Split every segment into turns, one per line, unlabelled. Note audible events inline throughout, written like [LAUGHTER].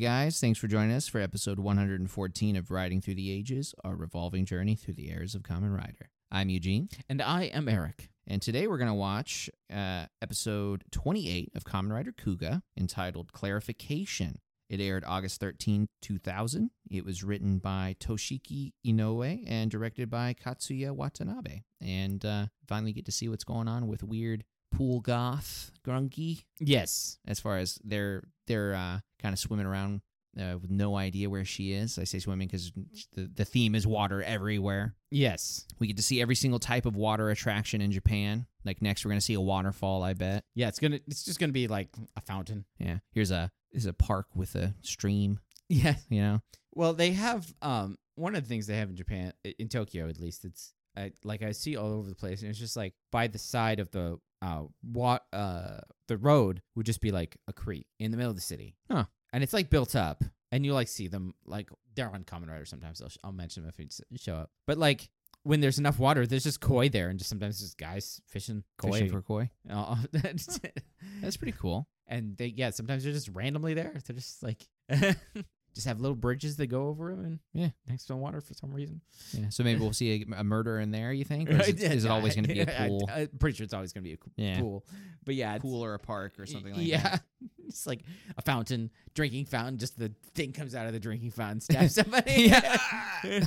guys. Thanks for joining us for episode 114 of Riding Through the Ages, our revolving journey through the eras of Common Rider. I'm Eugene,
And I am Eric.
and today we're going to watch uh, episode 28 of Common Rider Kuga entitled Clarification. It aired August 13, 2000. It was written by Toshiki Inoue and directed by Katsuya Watanabe. And uh, finally get to see what's going on with weird pool goth grungy
Yes.
as far as they're they're uh, kind of swimming around uh, with no idea where she is. I say swimming because the the theme is water everywhere.
Yes.
We get to see every single type of water attraction in Japan. Like next, we're gonna see a waterfall. I bet.
Yeah, it's gonna it's just gonna be like a fountain.
Yeah, here's a here's a park with a stream.
Yeah.
You know,
Well, they have um one of the things they have in Japan i- in Tokyo at least, it's I, like I see all over the place and it's just like by the side of the uh wa- uh the road would just be like a creek in the middle of the city.
Huh.
And it's like built up and you like see them like they're on common rider sometimes. I'll, sh- I'll mention them if they s- show up. But like when there's enough water, there's just koi there and just sometimes just guys fishing koi.
fishing for koi.
Oh, [LAUGHS] that's
That's pretty cool.
and they yeah sometimes they're just randomly there. They're just like [LAUGHS] just have little bridges that go over them and
Yeah.
next to the water for some reason.
Yeah. So maybe we'll see a, a murder in there. You
[LAUGHS]
think? [LAUGHS] Or is, it, is it always going to be a
I-
pool,
I, am pretty sure it's always going to be a co-
Yeah.
pool, but yeah, it's-
pool or a park or something like
yeah.
that?
[LAUGHS] It's like a fountain, drinking fountain. Just the thing comes out of the drinking
[LAUGHS]
fountain, stabs [LAUGHS] somebody.
Yeah. [LAUGHS]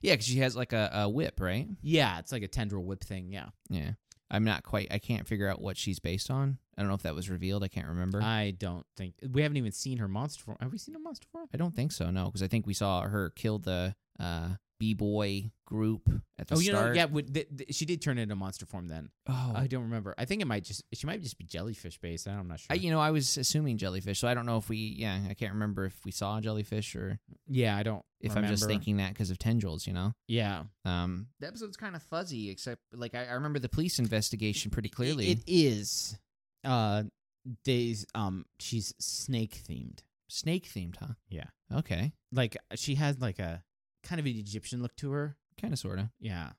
yeah, because she has like a, a whip, right?
yeah, it's like a tendril whip thing. Yeah,
Yeah. I'm not quite I can't figure out what she's based on. I don't know if that was revealed. I can't remember.
I don't think we haven't even seen her monster form. Have we seen her monster form?
I don't think so, no, because I think we saw her kill the uh B-boy group at the
Oh, you
start.
know, yeah, would th- th- she did turn into monster form then.
Oh.
I don't remember. I think it might just she might just be jellyfish based. I'm not sure.
I, you know, I was assuming jellyfish, so I don't know if we yeah, I can't remember if we saw jellyfish or
yeah, I don't.
if I'm just
remember.
thinking that because of tendrils, you know.
yeah,
Um the episode's kind of fuzzy except like I, I remember the police investigation pretty clearly.
it is. Uh, days. Um, she's snake themed.
Snake themed, huh?
Yeah.
Okay.
Like she has like a kind of an Egyptian look to her.
Kind of sorta.
Yeah.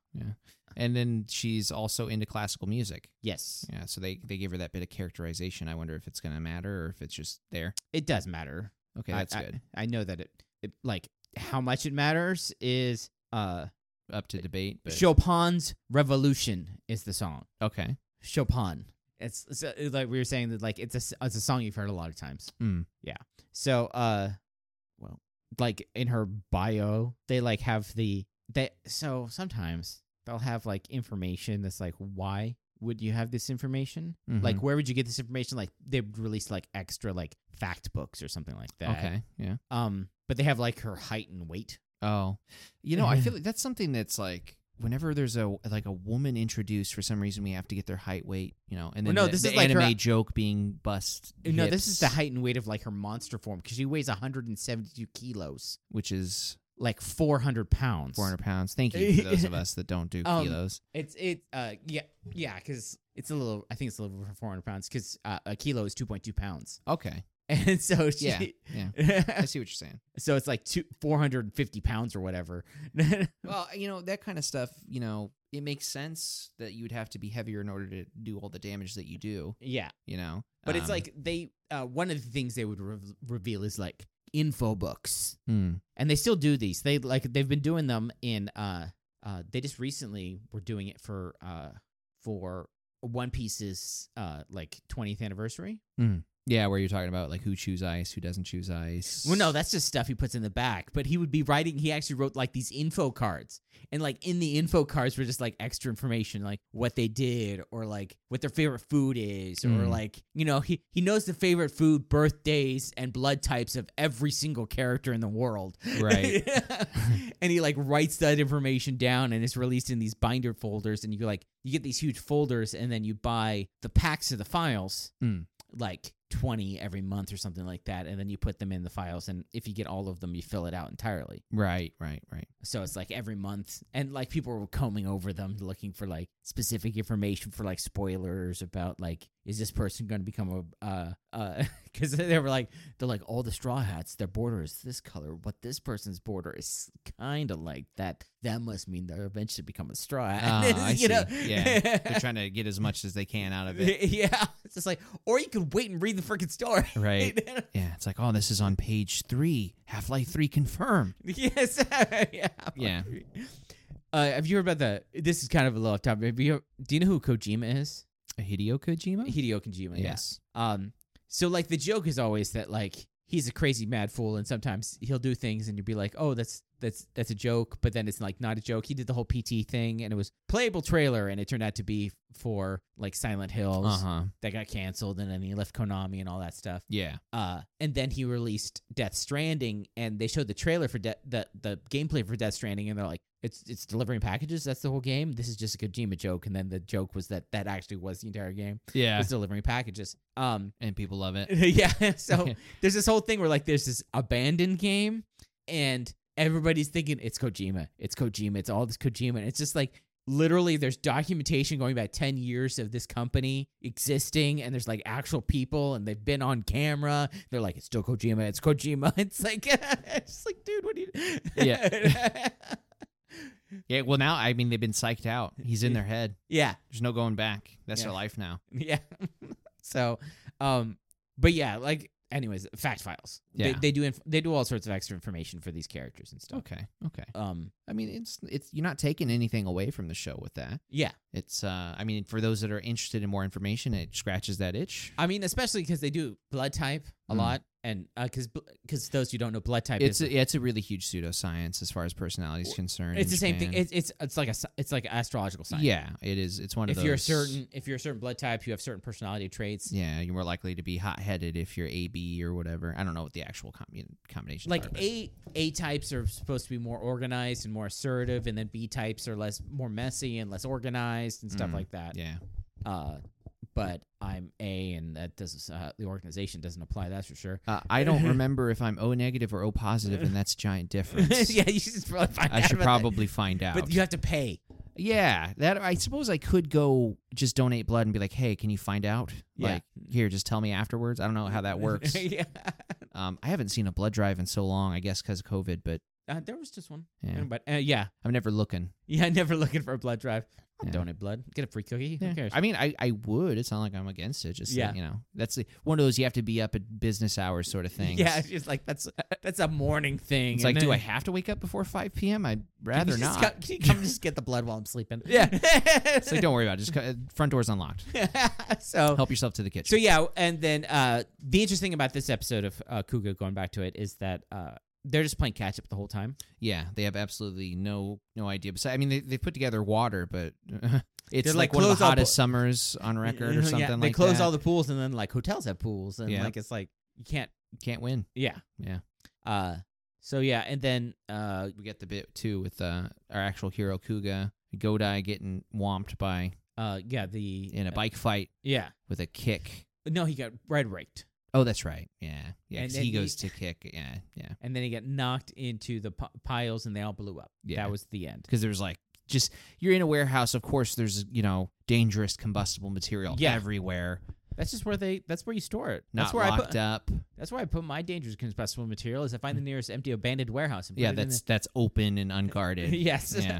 And then she's also into classical music.
Yes,
Yeah, so they they give her that bit of characterization. I wonder if it's gonna matter or if it's just there.
it does matter.
Okay,
I-
that's
I,
good.
I, know that it, it. Like how much it matters is uh
Up to debate, but
Chopin's Revolution is the song.
okay.
Chopin. It's, it's, uh, like we were saying that like it's a s- it's a song you've heard a lot of times.
Mm.
Yeah. So uh, well, like in her bio, they like have the they so sometimes they'll have like information that's like why would you have this information? Like
Mhm.
where would you get this information? Like they would release like extra like fact books or something like that.
okay, yeah.
Um, but they have like her height and weight.
Oh, you know, I feel like that's something that's like whenever there's a like a woman introduced for some reason, we have to get their height, weight, you know, and
Well,
then
no,
the,
this
the
is like her-
anime joke being bust.
No, this
hips,
is the height and weight of like her monster form because she weighs 172 kilos,
which is
like 400 pounds.
four hundred pounds. Thank you for [LAUGHS] those of us that don't do
Um,
kilos.
It's it uh yeah yeah because it's a little I think it's a little over four hundred pounds because uh, a kilo is two point two pounds [LAUGHS]
Okay,
and so she,
[LAUGHS] yeah, I see what you're saying.
[LAUGHS] so it's like two four hundred and fifty pounds or whatever [LAUGHS]
Well, you know, that kind of stuff, you know, it makes sense that you would have to be heavier in order to do all the damage that you do,
yeah
you know.
but it's
Um,
like they uh one of the things they would re- reveal is like info books
hmm,
and they still do these they like they've been doing them in uh uh they just recently were doing it for uh for One Piece's uh like twentieth anniversary
yeah, where you're talking about like who chews ice, who doesn't choose ice.
Well, no, that's just stuff he puts in the back. But he would be writing. He actually wrote like these info cards, and like in the info cards were just like extra information, like what they did, or like what their favorite food is, or
Mm.
like you know he he knows the favorite food, birthdays, and blood types of every single character in the world. [LAUGHS]
Right.
and he like writes that information down, and it's released in these binder folders, and you like you get these huge folders, and then you buy the packs of the files like 20 every month or something like that and then you put them in the files and if you get all of them you fill it out entirely
right, right, right.
so it's like every month and like people were combing over them looking for like specific information for like spoilers about like is this person going to become a [LAUGHS] uh uh because they were like they're like all the straw hats their border is this color what this person's border is kind of like that that must mean they're eventually become a straw hat [LAUGHS]
Ah, I see. Yeah. They're trying to get as much as they can out of it.
[LAUGHS] yeah, it's just like, or you could wait and read the freaking story. [LAUGHS]
Right. Yeah, it's like, oh, this is on page three. Half Life 3 confirmed.
[LAUGHS] yes. yeah.
Yeah.
Uh, have you heard about the? This is kind of a little off topic. Have you, do you know who Kojima is?
Hideo Kojima?
Hideo Kojima. yeah.
Mm-hmm. Yes.
Um, so like the joke is always that like he's a crazy mad fool, and sometimes he'll do things, and you'll be like, oh, that's that's that's a joke, but then it's like not a joke. He did the whole PT thing, and it was playable trailer, and it turned out to be for like Silent Hills
Uh huh.
that got canceled, and then he left Konami and all that stuff.
Yeah.
Uh, and then he released Death Stranding, and they showed the trailer for De- the the gameplay for Death Stranding, and they're like, "It's it's delivering packages. That's the whole game. This is just a Kojima joke." And then the joke was that that actually was the entire game
Yeah.
was delivering packages. Um,
[LAUGHS] And people love it.
[LAUGHS] yeah. So there's this whole thing where like there's this abandoned game, and everybody's thinking it's Kojima, it's Kojima, it's all this Kojima, and it's just like literally there's documentation going back 10 years of this company existing and there's like actual people and they've been on camera they're like it's still kojima it's kojima [LAUGHS] it's like it's like dude what do you yeah
Yeah. Well, now, I mean, they've been psyched out. He's
[LAUGHS]
in their head.
[LAUGHS] yeah
There's no going back. That's
Yeah.
their life now.
[LAUGHS] Yeah. so, um, but yeah, like, anyways, fact files. They,
Yeah.
they do inf- they do all sorts of extra information for these characters and stuff.
Okay. Okay.
Um,
I mean, it's it's you're not taking anything away from the show with that.
yeah.
It's uh, I mean, for those that are interested in more information, it scratches that itch.
I mean, especially because they do blood type a
Mm.
lot, and uh, because because those who don't know blood type,
It's
is,
a, yeah, it's a really huge pseudoscience as far as personality is concerned.
it's the
in
same thing.
Japan.
It's it's it's like a s- it's like astrological sign.
yeah, it is. It's one of
If
those.
you're a certain if you're a certain blood type, you have certain personality traits.
yeah, you're more likely to be hot headed if you're AB or whatever. I don't know what the actual com- combination
Like
are, but-
A A types are supposed to be more organized and more assertive, and then B types are less more messy and less organized and stuff
Mm.
like that.
Yeah,
uh, but I'm A, and that doesn't uh, the organization doesn't apply. That's
[LAUGHS]
for sure.
uh, I
[LAUGHS]
don't remember if I'm O negative or O positive, and that's a giant difference.
[LAUGHS] yeah, you should probably find
I
out
should
about that.
probably find out.
But you have to pay.
Yeah, that I suppose I could go just donate blood and be like, "Hey, can you find out?
Yeah.
Like, here, just tell me afterwards." I don't know how that works.
[LAUGHS] yeah,
um, I haven't seen a blood drive in so long, I guess, because of COVID. But
uh, there was just one.
yeah,
But uh, yeah,
I'm never looking.
yeah, never [LAUGHS] looking for a blood drive. I'll
Yeah.
donate blood. Get a free cookie.
Yeah.
Who cares?
I mean, I, I would. It's not like I'm against it. Just
Yeah.
you know, that's the, one of those you have to be up at business hours sort of things.
Yeah, it's just like that's that's a morning thing.
It's
and
like, do I
then-
have to wake up before 5 p.m.? I'd
Can [LAUGHS] you
rather not.
just Come, can you
[LAUGHS]
come just get the blood while I'm sleeping.
Yeah.
it's
It's like, don't worry about it. Just co- uh, front door's unlocked.
[LAUGHS] so
Help yourself to the
So
kitchen.
yeah, and then uh, the interesting about this episode of uh, Kuga going back to it is that uh, they're just playing catch up the whole time.
yeah, they have absolutely no no idea. Besides, I mean, they they put together water, but [LAUGHS] it's
They're
like,
like,
one of
close
the
all
hottest
po-
summers on [LAUGHS] record or something
[LAUGHS] yeah,
like
They close
that.
all the pools, and then like hotels have pools, and
Yeah.
like it's like you can't.
Can't win.
Yeah,
Yeah.
Uh, so yeah, and then uh,
We get the bit too with uh, our actual hero Kuga Godai getting whomped by
uh, yeah, the
in a bike fight
yeah,
with a kick.
no, he got red raked,
Oh, that's right. Yeah, yeah.
And
'cause
then
he
he-
goes to kick. Yeah, yeah.
and then he got knocked into the p- piles, and they all blew up.
Yeah.
That was the end.
Because there's like just you're in a warehouse. Of course, there's you know dangerous combustible material
Yeah.
everywhere.
That's just where they. That's where you store it.
Not
that's where
locked
I put.
up.
That's where I put my dangerous combustible material. Is I find the nearest empty abandoned warehouse. And put
Yeah,
it in
that's that's open and unguarded.
[LAUGHS] yes.
Yeah.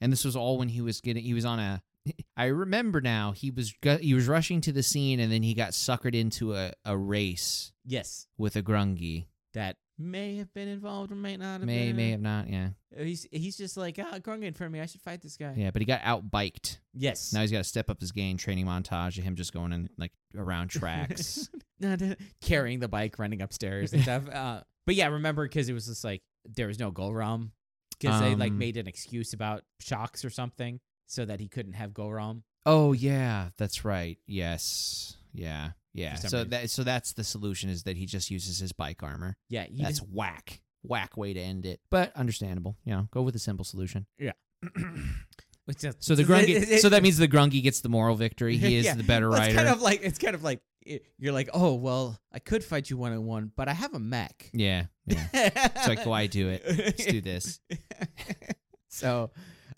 And this was all when he was getting. He was on a. [LAUGHS] I remember now. He was gu- he was rushing to the scene, and then he got suckered into a, a race
yes.
with a grungy.
That may have been involved or may not have
May
been. Oh,
may have not. Yeah,
He's he's just like, ah, Grungen for me. I should fight this guy.
yeah. But he got out biked.
Yes.
Now he's got to step up his game. Training montage of him just going in like around tracks.
[LAUGHS] Not- Carrying the bike, running upstairs
[LAUGHS]
and stuff. Uh, but yeah, remember because it was just like there was no Golram because they like
Um,
made an excuse about shocks or something so that he couldn't have Golram.
oh yeah, that's right. Yes. Yeah. Yeah.
For some
So
reason.
that so that's the solution is that he just uses his bike armor.
Yeah, he
That's
just-
whack. Whack way to end it. But understandable. You know, go with a simple solution.
[CLEARS THROAT] it's just-
So the
it's- it's-
Grungy,
it's-
so that means the Grungy gets the moral
[LAUGHS]
victory. He is
Yeah.
the better
well,
rider.
It's kind of like it's kind of like it- you're like, oh well, I could fight you one on one, but I have a mech.
yeah.
[LAUGHS]
Yeah.
it's
It's like why do
[LAUGHS]
it? Let's do this.
so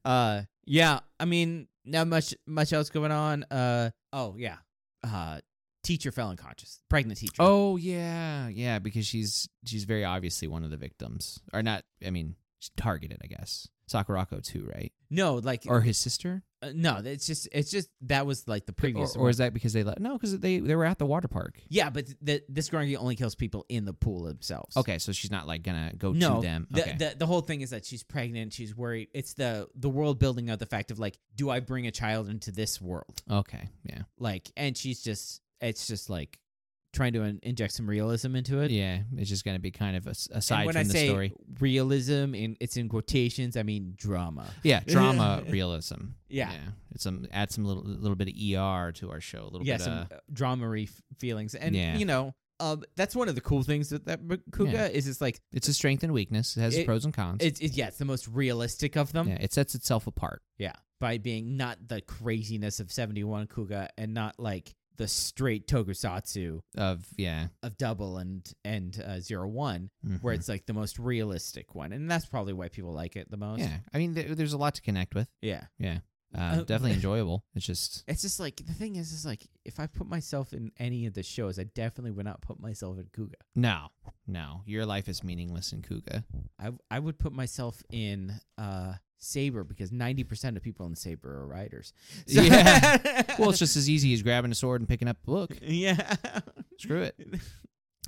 uh yeah i mean not much much else going on uh oh yeah uh teacher fell unconscious pregnant teacher
Oh yeah, yeah. Because she's she's very obviously one of the victims, or not. I mean, she's targeted, I guess. Sakurako too, right?
No, like
Or his sister?
uh, no, it's just it's just that was like the
Or,
previous
or
one.
is that because they left? No, because they they were at the water park.
Yeah, but th- th- this Gorangi only kills people in the pool themselves.
Okay, so she's not like gonna go
no,
to them.
The,
Okay.
the the whole thing is that she's pregnant. She's worried. It's the the world building of the fact of like, do I bring a child into this world?
okay, yeah,
Like, and she's just it's just like trying to in- inject some realism into it.
yeah. It's just gonna be kind of a,
And
aside
when
from
I
the
say
story.
realism, in it's in quotations. I mean drama.
Yeah,
[LAUGHS]
drama realism.
Yeah.
it's some add some little little bit of ER to our show. A little
yeah,
bit.
some
of,
uh, drama-y f- feelings, and
Yeah.
you know, um, that's one of the cool things that that book- Kuga
Yeah.
is. It's like
it's a strength and weakness. It has its
it-
pros and cons.
it's it, um, yeah, it's the most realistic of them.
yeah, it sets itself apart.
Yeah. By being not the craziness of 71 Kuga and not like the straight tokusatsu
Of yeah,
of double and and uh, zero one where
mhm.
it's like the most realistic one and that's probably why people like it the most
yeah. I mean, there, there's a lot to connect with.
yeah
Uh,
Uh, [LAUGHS]
definitely enjoyable. It's just
it's just like the thing is is like if i put myself in any of the shows i definitely would not put myself in kuga
no, no. Your life is meaningless in
[LAUGHS]
Kuga.
i i would put myself in uh saber because 90% of people in saber are writers [LAUGHS]
Yeah. Well, it's just as easy as grabbing a sword and picking up a book.
yeah
Screw it.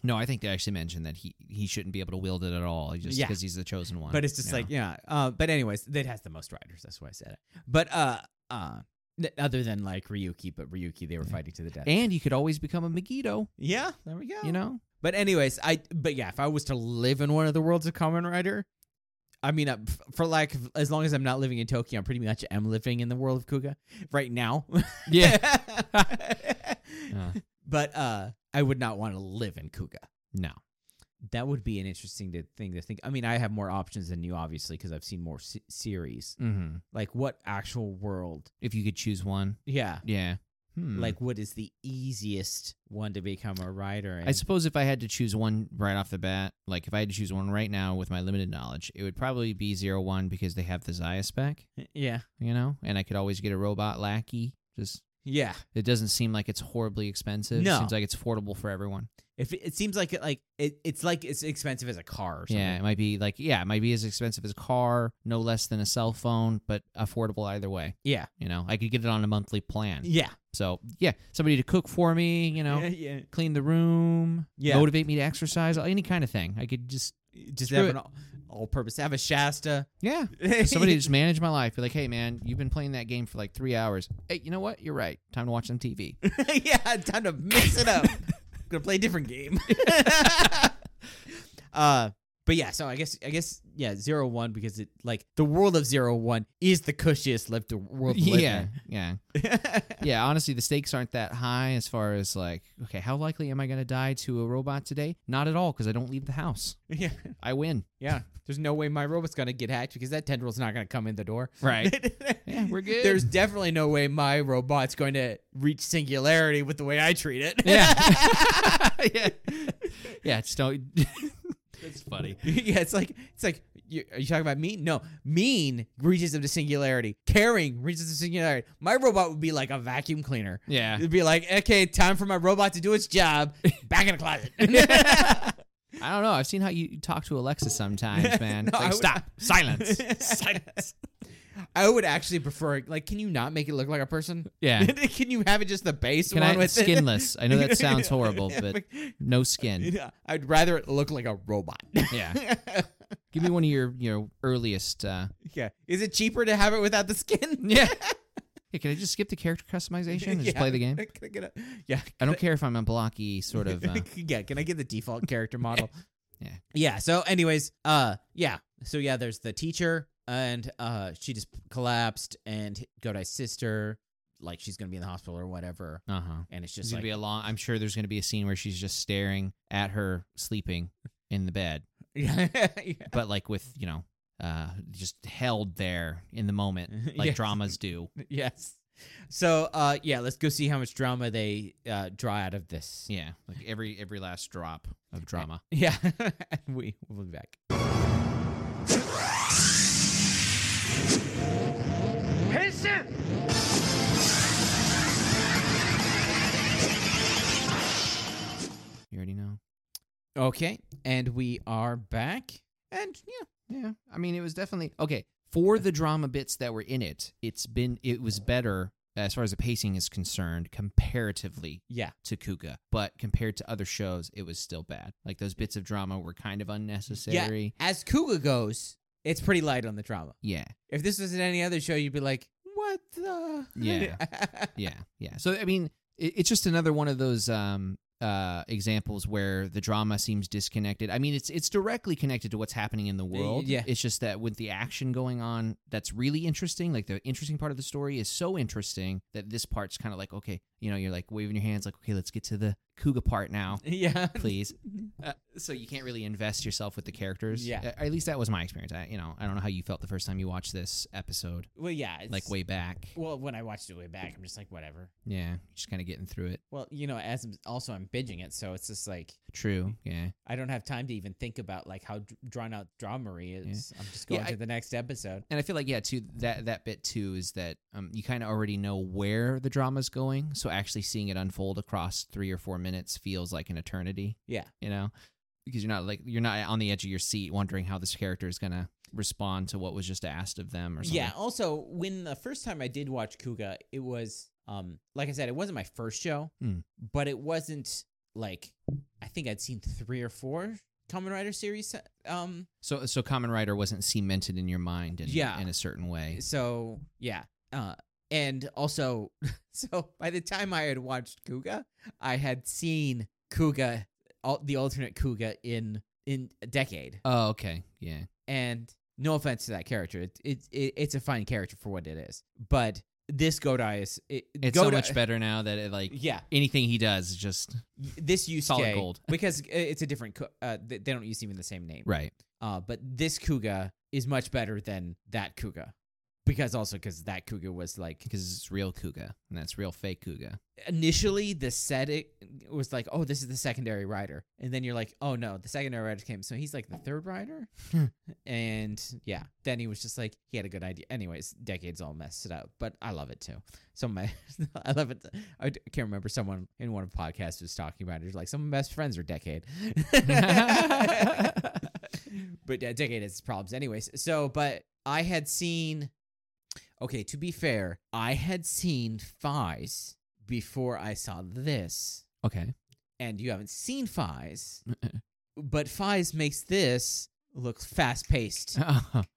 No, I think they actually mentioned that he he shouldn't be able to wield it at all, he just
Yeah.
because he's the chosen one.
But it's just
Yeah.
like yeah. Uh, but anyways, that has the most riders. That's why I said it. But uh, uh, n- other than like Ryuki, but Ryuki they were
Yeah.
fighting to the death.
and you could always become a Megiddo,
yeah, there we go.
you
[LAUGHS]
know?
But anyways, I but yeah, if I was to live in one of the worlds of Common Rider, I mean, uh, f- for like as long as I'm not living in Tokyo, I'm pretty much am living in the world of Kuga right now. [LAUGHS]
Uh,
But uh, I would not want to live in Kuga.
no.
That would be an interesting to, thing to think. I mean, I have more options than you, obviously, because I've seen more se- series.
hmm
like what actual world
If you could choose one,
yeah
yeah. Hmm.
like what is the easiest one to become a writer in?
I suppose if I had to choose one right off the bat, like if I had to choose one right now with my limited knowledge, it would probably be zero one because they have the Zaya spec,
yeah
you know, and I could always get a robot lackey. Just
yeah
it doesn't seem like it's horribly expensive.
No.
seems like it's affordable for everyone.
if it, it seems like it like it, it's like it's expensive as a car or something.
Yeah, it might be like yeah, it might be as expensive as a car, no less than a cell phone, but affordable either way.
yeah
You know, I could get it on a monthly plan.
yeah
So yeah, somebody to cook for me, you know,
yeah, yeah.
clean the room,
Yeah.
motivate me to exercise, any kind of thing. I could just
just
Screw
have
it.
an all, all purpose have a [LAUGHS] shasta
yeah, somebody to just manage my life. Be like, hey man, you've been playing that game for like three hours. Hey, you know what? You're right. Time to watch some TV.
[LAUGHS] yeah time to mix it [LAUGHS] up gonna play a different [LAUGHS] game uh but yeah so i guess i guess yeah zero one because it like the world of zero one is the cushiest lived world to live
yeah, yeah,
in.
yeah. Honestly, the stakes aren't that high as far as like, okay, how likely am I going to die to a robot today? Not at all, because I don't leave the house.
[LAUGHS] Yeah,
I win.
yeah. There's no way my robot's gonna get hacked because that tendril's not gonna come in the door.
Right. [LAUGHS]
[LAUGHS]
Yeah, we're good.
There's definitely no way my robot's going to reach singularity with the way I treat it.
[LAUGHS]
[LAUGHS]
Yeah. yeah. Yeah, just don't. [LAUGHS] That's funny.
yeah, it's like it's like you, are you talking about mean? No, mean reaches into singularity. Caring reaches to singularity. My robot would be like a vacuum cleaner.
Yeah.
It'd be like, okay, time for my robot to do
[LAUGHS]
its job. Back in the closet. [LAUGHS]
I don't know. I've seen how you talk to Alexa sometimes, man.
No,
It's like,
I would-
stop.
[LAUGHS]
Silence. Silence.
I would actually prefer. Like, can you not make it look like a person?
Yeah.
[LAUGHS] can you have it just the base
Can
one
I
with it?
skinless? I know that sounds
[LAUGHS]
horrible, but no [LAUGHS] skin.
Yeah, I'd rather it look like a robot. [LAUGHS]
Yeah. Give me one of your your earliest. Uh,
yeah. Is it cheaper to have it without the skin? [LAUGHS]
yeah. Hey, can I just skip the character customization and just
Yeah.
play the game?
[LAUGHS] Can I get a- yeah.
I don't care if I'm a blocky sort
[LAUGHS]
of. Uh,
yeah, can I get the default character model?
[LAUGHS] Yeah.
Yeah, so anyways, uh yeah. So yeah, there's the teacher and uh she just collapsed and Godai's sister like she's going to be in the hospital or whatever
uh huh.
and it's
It's
just
gonna
like
be a long. I'm sure there's gonna be a scene where she's just staring at her sleeping in the bed.
[LAUGHS] yeah.
but like with you know uh just held there in the
[LAUGHS]
moment like
Yeah.
dramas do
Yes. So uh yeah, let's go see how much drama they uh draw out of this.
yeah like every every last drop of drama
[LAUGHS] Yeah. [LAUGHS] we will be back.
you already know
Okay. And we are back. And yeah.
yeah i mean it was definitely okay for the drama bits that were in it, it's been it was better as far as the pacing is concerned comparatively
Yeah.
to Kuga, but compared to other shows, it was still bad. Like those bits of drama were kind of unnecessary.
As Kuga goes, it's pretty light on the drama.
Yeah.
If this was in any other show, you'd be like, what the? [LAUGHS]
Yeah. Yeah. Yeah. So I mean, it, it's just another one of those um uh examples where the drama seems disconnected. I mean, it's it's directly connected to what's happening in the world.
yeah.
It's just that with the action going on that's really interesting, like the interesting part of the story is so interesting that this part's kind of like, okay, you know, you're like waving your hands like, okay, let's get to the Kuga part
[LAUGHS]
now.
yeah.
Please, uh, so you can't really invest yourself with the characters.
Yeah.
A- at least that was my experience. I, you know, I don't know how you felt the first time you watched this episode,
Well, yeah. It's,
like way back.
Well, when I watched it way back, I'm just like, whatever.
Yeah, just kind of getting through it.
Well, you know, as I'm, also I'm binging it, so it's just like
True. Yeah.
I don't have time to even think about like how d- drawn out dramery is. I'm just going
Yeah, I-
to the next episode.
And I feel like yeah, too that that bit too is that um, you kind of already know where the drama's going, so actually seeing it unfold across three or four minutes feels like an eternity.
Yeah.
You know, because you're not like you're not on the edge of your seat wondering how this character is gonna respond to what was just asked of them or something.
Yeah. Also, when the first time I did watch Kuga, it was um like I said, it wasn't my first show,
Hmm.
but it wasn't like I think I'd seen three or four Kamen Rider series. Um.
So so Common Rider wasn't cemented in your mind in,
Yeah.
in a certain way.
So yeah. Uh. And also, [LAUGHS] so by the time I had watched Kuga, I had seen Kuga, all, the alternate Kuga in in a decade.
Oh, okay. Yeah.
and no offense to that character, it, it, it it's a fine character for what it is. But this Godai is it,
It's so
Godai-
much better now that it like
Yeah,
anything he does is just
y- this Yusuke
Solid gold. [LAUGHS]
because i- it's a different. co- Uh, th- they don't use even the same name.
right.
Uh, but this Kuga is much better than that Kuga. Because also because that Kuga was like
Because it's real Kuga and that's real fake Kuga.
initially the set it was like oh this is the secondary rider and then you're like oh no the secondary rider came so he's like the third rider and yeah then he was just like he had a good idea anyways decades all messed it up but i love it too so my [LAUGHS] i love it i d- can't remember someone in one of the podcasts was talking about it It's like some of my best friends are decade but yeah, decade has its problems anyways so but i had seen okay to be fair i had seen fies before I saw this,
Okay.
and you haven't seen Fies, but Fies makes this look fast paced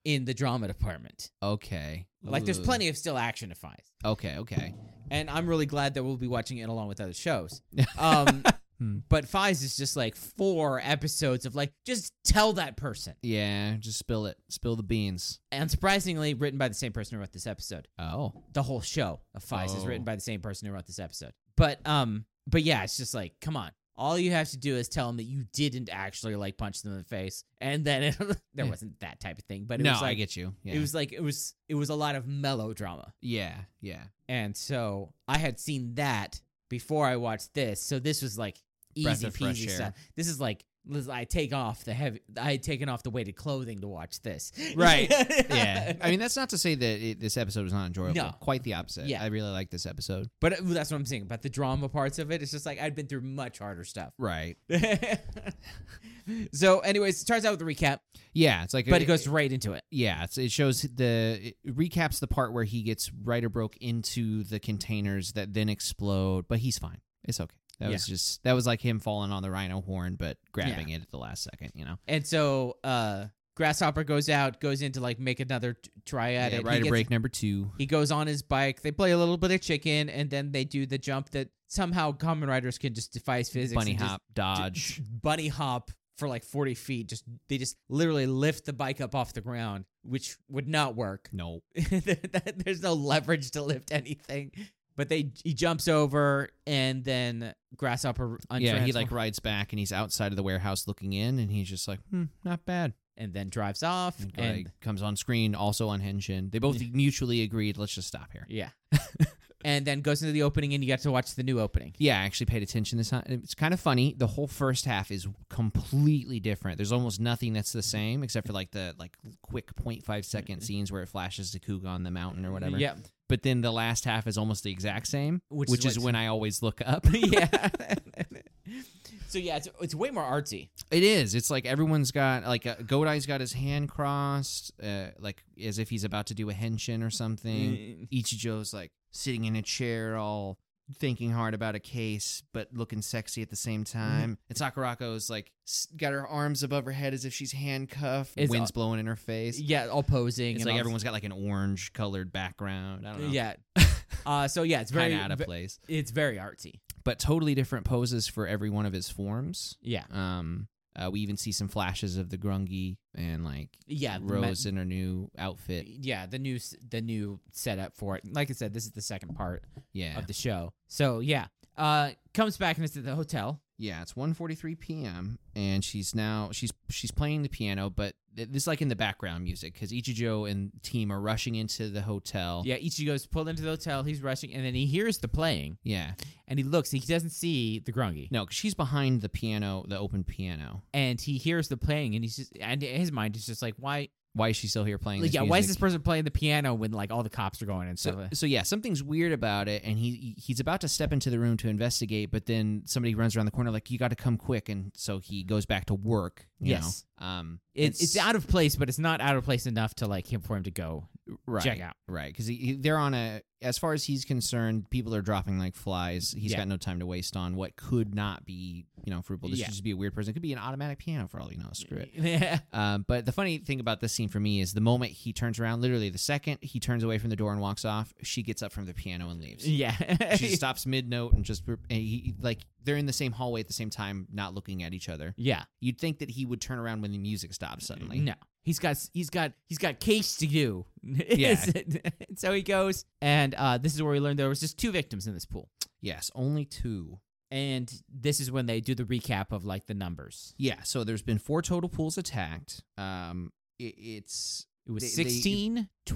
in the drama department.
[LAUGHS] okay.
Like there's
Ooh.
plenty of still action to Fies,
Okay. Okay.
and I'm really glad that we'll be watching it along with other shows. Um,
Hmm.
but Fies is just like four episodes of like just tell that person,
Yeah. Just spill it. Spill the beans.
and surprisingly, written by the same person who wrote this episode.
Oh.
the whole show of Fies is
Oh.
written by the same person who wrote this episode. But um, but yeah, it's just like, come on. All you have to do is tell them that you didn't actually like punch them in the face, and then it, [LAUGHS] there
Yeah.
wasn't that type of thing. But it
no,
was like,
I get you. Yeah.
it was like it was it was a lot of melodrama,
yeah.
[LAUGHS]
Yeah.
and so I had seen that before I watched this, so this was like
Breath
easy
of fresh
peasy
air.
stuff. This is like this- I take off the heavy, I had taken off the weighted clothing to watch this, [LAUGHS]
Right. Yeah. I mean, that's not to say that it, this episode was not enjoyable.
No.
Quite the opposite.
Yeah.
I really like this episode.
But uh, that's what I'm saying about the drama parts of it. It's just like I'd been through much harder stuff. [LAUGHS]
Right.
so, anyways, it starts out with a recap,
Yeah. It's like,
but it goes right into it.
Yeah, it's, it shows the it recaps the part where he gets Ryder broke into the containers that then explode, but he's fine. It's okay. That was just that was like him falling on the rhino horn, but grabbing it at the last second. You know,
And so, uh, Grasshopper goes out, goes in to like make another t- try at
yeah,
it. He,
Ryder
gets-
break number two.
he goes on his bike. They play a little bit of chicken, and then they do the jump that somehow common riders can just defy physics.
Bunny
and just
hop,
d-
dodge.
d- bunny hop for like 40 feet. Just they just literally lift the bike up off the ground, which would not work.
no,
[LAUGHS] That- that- there's no leverage to lift anything. But they he jumps over and then grasshopper untransform-
yeah, he like rides back and he's outside of the warehouse looking in, and he's just like, hmm, not bad.
and then drives off
And,
and
like, comes on screen, also on Henshin. They both [LAUGHS] mutually agreed, let's just stop here.
yeah, [LAUGHS] and then goes into the opening and you get to watch the new opening.
Yeah, I actually paid attention this time. It's kind of funny. The whole first half is completely different. There's almost nothing that's the same except for like the like quick 0.5 second scenes where it flashes to Kuga on the mountain or whatever. [LAUGHS]
Yeah,
But then the last half is almost the exact same,
Which
which,
[LAUGHS] is
is,
what's-
when I always look up.
yeah. So yeah, it's, it's way more artsy.
It is. It's like everyone's got like uh, Godai's got his hand crossed, uh, like as if he's about to do a henshin or
Mm.
something. Ichijo's like sitting in a chair, all thinking hard about a case, but looking sexy at the same
Mm-hmm.
time. And Sakurako's like s- got her arms above her head as if she's handcuffed.
It's
Wind's blowing in her face.
Yeah, all posing.
It's
and
like
all-
everyone's got like an orange colored background. I don't know. [LAUGHS]
Yeah. Uh, so yeah, it's very
kind of out of
ve-
place,
it's very artsy.
but totally different poses for every one of his forms.
Yeah.
Um, uh, we even see some flashes of the grungy and like
Yeah. the ma-
Rose in her new outfit.
yeah, the new s- the new setup for it. Like I said, this is the second part
Yeah,
of the show. So yeah, uh, comes back and it's at the hotel.
yeah. It's 1.43 p.m. and she's now she's she's playing the piano, but th- this is like in the background music because Ichijo and team are rushing into the hotel.
Yeah, Ichigo's pulled into the hotel. He's rushing, and then he hears the playing,
yeah.
and he looks. He doesn't see the grungy,
No, 'cause she's behind the piano, the open piano.
and he hears the playing, and he's just, and in his mind is just like, why?
Why is she still here playing?
Like,
This
yeah, why is this
music?
person playing the piano when like all the cops are going and stuff?
So,
[LAUGHS]
so yeah, something's weird about it, and he he's about to step into the room to investigate, but then somebody runs around the corner like you got to come quick, and so he goes back to work. You
Yes.
know? um,
It, it's out of place, but it's not out of place enough to like him for him to go
right,
check out.
right, because he, he- they're on a as far as he's concerned, people are dropping like flies. He's
Yeah.
got no time to waste on what could not be you know fruitful. This
Yeah.
should just be a weird person. It could be an automatic piano for all you know. Screw it.
Yeah.
Um, but the funny thing about this scene for me is the moment he turns around, literally the second he turns away from the door and walks off, she gets up from the piano and leaves.
[LAUGHS] Yeah.
she stops mid note and just and he, like they're in the same hallway at the same time, not looking at each other.
[LAUGHS] yeah.
You'd think that he would turn around when the music stops suddenly.
No. He's got he's got he's got case to do. [LAUGHS]
Yeah.
so he goes and uh, this is where we learned there was just two victims in this pool.
Yes, only two.
And this is when they do the recap of like the numbers.
Yeah, so there's been four total pools attacked. Um, it, it's
It was
They- they-
sixteen, twenty-four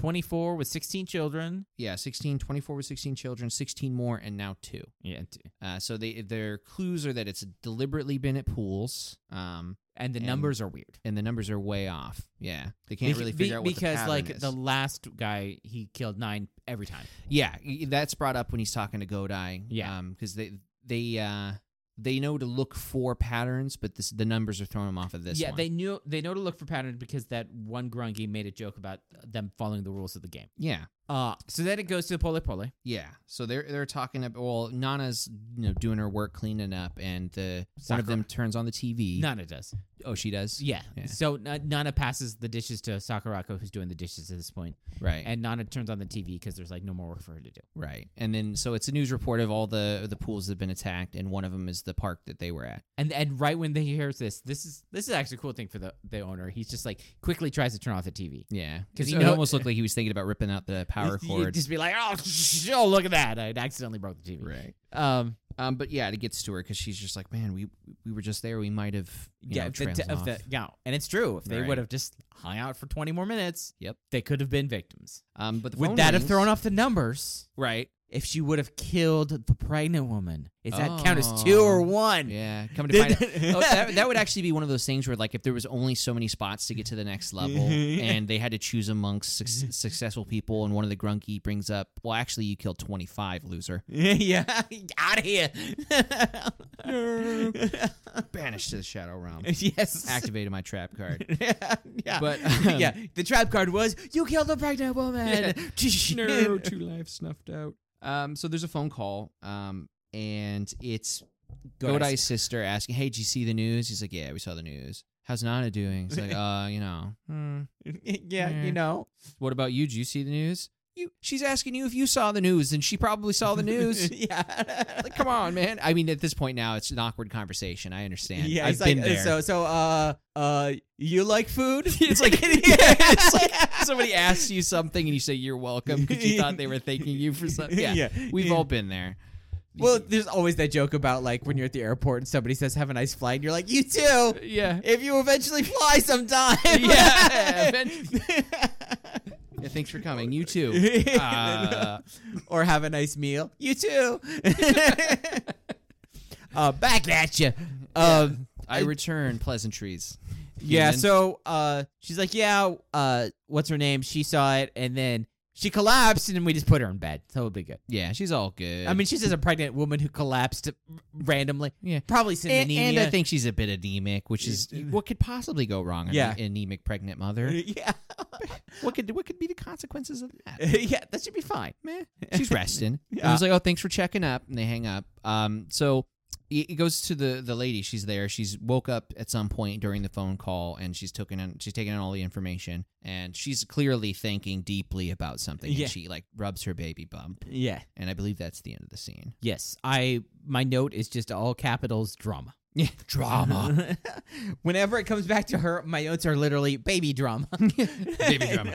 16, 24 with 16 children.
yeah, 16, 24 with 16 children, 16 more, and now two.
Yeah. t-
Uh, so they their clues are that it's deliberately been at pools. Um,
And the
And-
numbers are weird.
and the numbers are way off. Yeah, they can't
Bec-
really
be-
figure out what
because
the pattern
like
is.
the last guy he killed 9 every time.
Yeah, y- that's brought up when he's talking to Godai.
Yeah.
because they they uh they know to look for patterns, but this, the numbers are throwing them off of this.
yeah,
one.
they knew they know to look for patterns because that one grungy made a joke about them following the rules of the game.
yeah.
Uh so then it goes to the pole pole.
Yeah, so they're they're talking about well, Nana's you know doing her work cleaning up, and the one of
Sakura.
them turns on the TV.
Nana does.
Oh, she does.
Yeah.
Yeah.
So Na- Nana passes the dishes to Sakurako, who's doing the dishes at this point,
Right,
and Nana turns on the TV because there's like no more work for her to do.
right, and then so it's a news report of all the the pools that have been attacked, and one of them is the park that they were at.
And and right when they hears this, this is this is actually a cool thing for the the owner. He's just like quickly tries to turn off the TV.
Yeah,
'Cause
because
you
it
know-
almost looked like he was thinking about ripping out the power
He'd- he'd
cord.
Just be like, oh, sh- oh, look at that! I accidentally broke the TV.
Right.
Um,
Um, but yeah, it gets to her because she's just like, man, we we were just there. We might have, you
yeah,
know,
if the,
trailed
if
off."
the, yeah, and it's true. If they
Right.
would have just hung out for twenty more minutes,
Yep.
they could have been victims.
Um, but the
Would
phone
that have
rings.
thrown off the numbers?
Right.
If she would have killed the pregnant woman, is that count as two or
Oh.
one?
Yeah. Coming to
Did-
find out.
[LAUGHS]
Oh, that, [LAUGHS] that would actually be one of those things where, like, if there was only so many spots to get to the next [LAUGHS] level,
Mhm.
and they had to choose amongst suc successful people, and one of the grunky brings up, "Well, actually, you killed twenty five, loser.
[LAUGHS] yeah, out
[LAUGHS]
of here.
Banished to the shadow realm. [LAUGHS]
yes.
Activated my trap card."
[LAUGHS] yeah.
But,
yeah, the trap card was you killed a
[LAUGHS]
pregnant woman.
[LAUGHS] no, two lives snuffed out. Um, so there's a phone call, um, and it's
Godai's-
Godai's sister asking, "Hey, did you see the news?" He's like, "Yeah, we saw the news. How's Nana doing?" [LAUGHS] He's like, "Uh, you know, hmm.
[LAUGHS] yeah,
Yeah.
you know.
what about you? Did you see the news?" You, she's asking you if you saw the news, and she probably saw the [LAUGHS] news.
[LAUGHS] yeah.
like, come on, man. I mean, at this point now, it's an awkward conversation. I understand.
Yeah,
I've
it's
been
like,
there.
So, so, uh, uh, you like
[LAUGHS]
food?
It's
[LAUGHS]
like-
yeah,
it's like Somebody asks you something, and you say you're welcome because you thought they were thanking you for something. Yeah, we've all been there.
[LAUGHS] Well, there's always that joke about like when you're at the airport and somebody says "Have a nice flight," and you're like, "You too."
yeah.
If you eventually fly sometime. [LAUGHS]
Yeah, eventually. Yeah, thanks for coming. You [LAUGHS] too. Uh,
or have a nice meal.
[LAUGHS]
You too. uh, back at you. Um,
I return pleasantries.
Yeah,
Human.
so uh she's like, Yeah, uh what's her name? She saw it and then She collapsed, and then we just put her in bed. So it'll be good.
Yeah, she's all good.
I mean, she's just a pregnant woman who collapsed randomly.
Yeah.
Probably some
and, and
anemia.
I think she's a bit anemic, which is
Yeah.
what could possibly go wrong.
Yeah.
an anemic pregnant mother.
[LAUGHS] yeah,
What could what could be the consequences of that?
yeah, that should be fine.
Meh. [LAUGHS] She's resting. I
[LAUGHS] Yeah.
was like, oh, thanks for checking up, and they hang up. Um, so it it goes to the the lady. She's there. She's woke up at some point during the phone call, and she's taking in, she's taking in all the information, and she's clearly thinking deeply about something.
Yeah.
And she like rubs her baby bump,
Yeah.
and I believe that's the end of the scene.
Yes. I my note is just all capitals drama.
[LAUGHS] Yeah,
[LAUGHS] Whenever it comes back to her, my notes are literally baby [LAUGHS] drama.
Baby
[LAUGHS]
drama.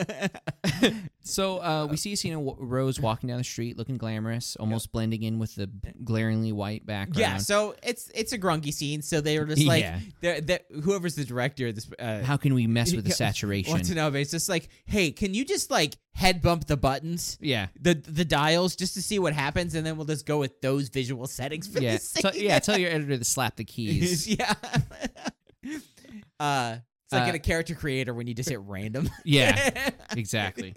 So uh, we see a scene of Wa- Rose walking down the street, looking glamorous, almost blending in with the b- glaringly white background.
yeah. So it's it's a grungy scene. So they were just like,
Yeah.
they're, they're, whoever's the director, of this uh,
How can we
[LAUGHS]
mess with the
Yeah.
saturation?
wants to know. But it's just like, hey, can you just like head bump the buttons?
Yeah.
The, the dials just to see what happens, and then we'll just go with those visual settings [LAUGHS] for
Yeah.
this scene.
Tell- yeah. Tell your editor to slap the keys.
[LAUGHS] yeah. uh, it's like
Uh,
in a character creator when you just hit random.
yeah.
[LAUGHS]
Exactly.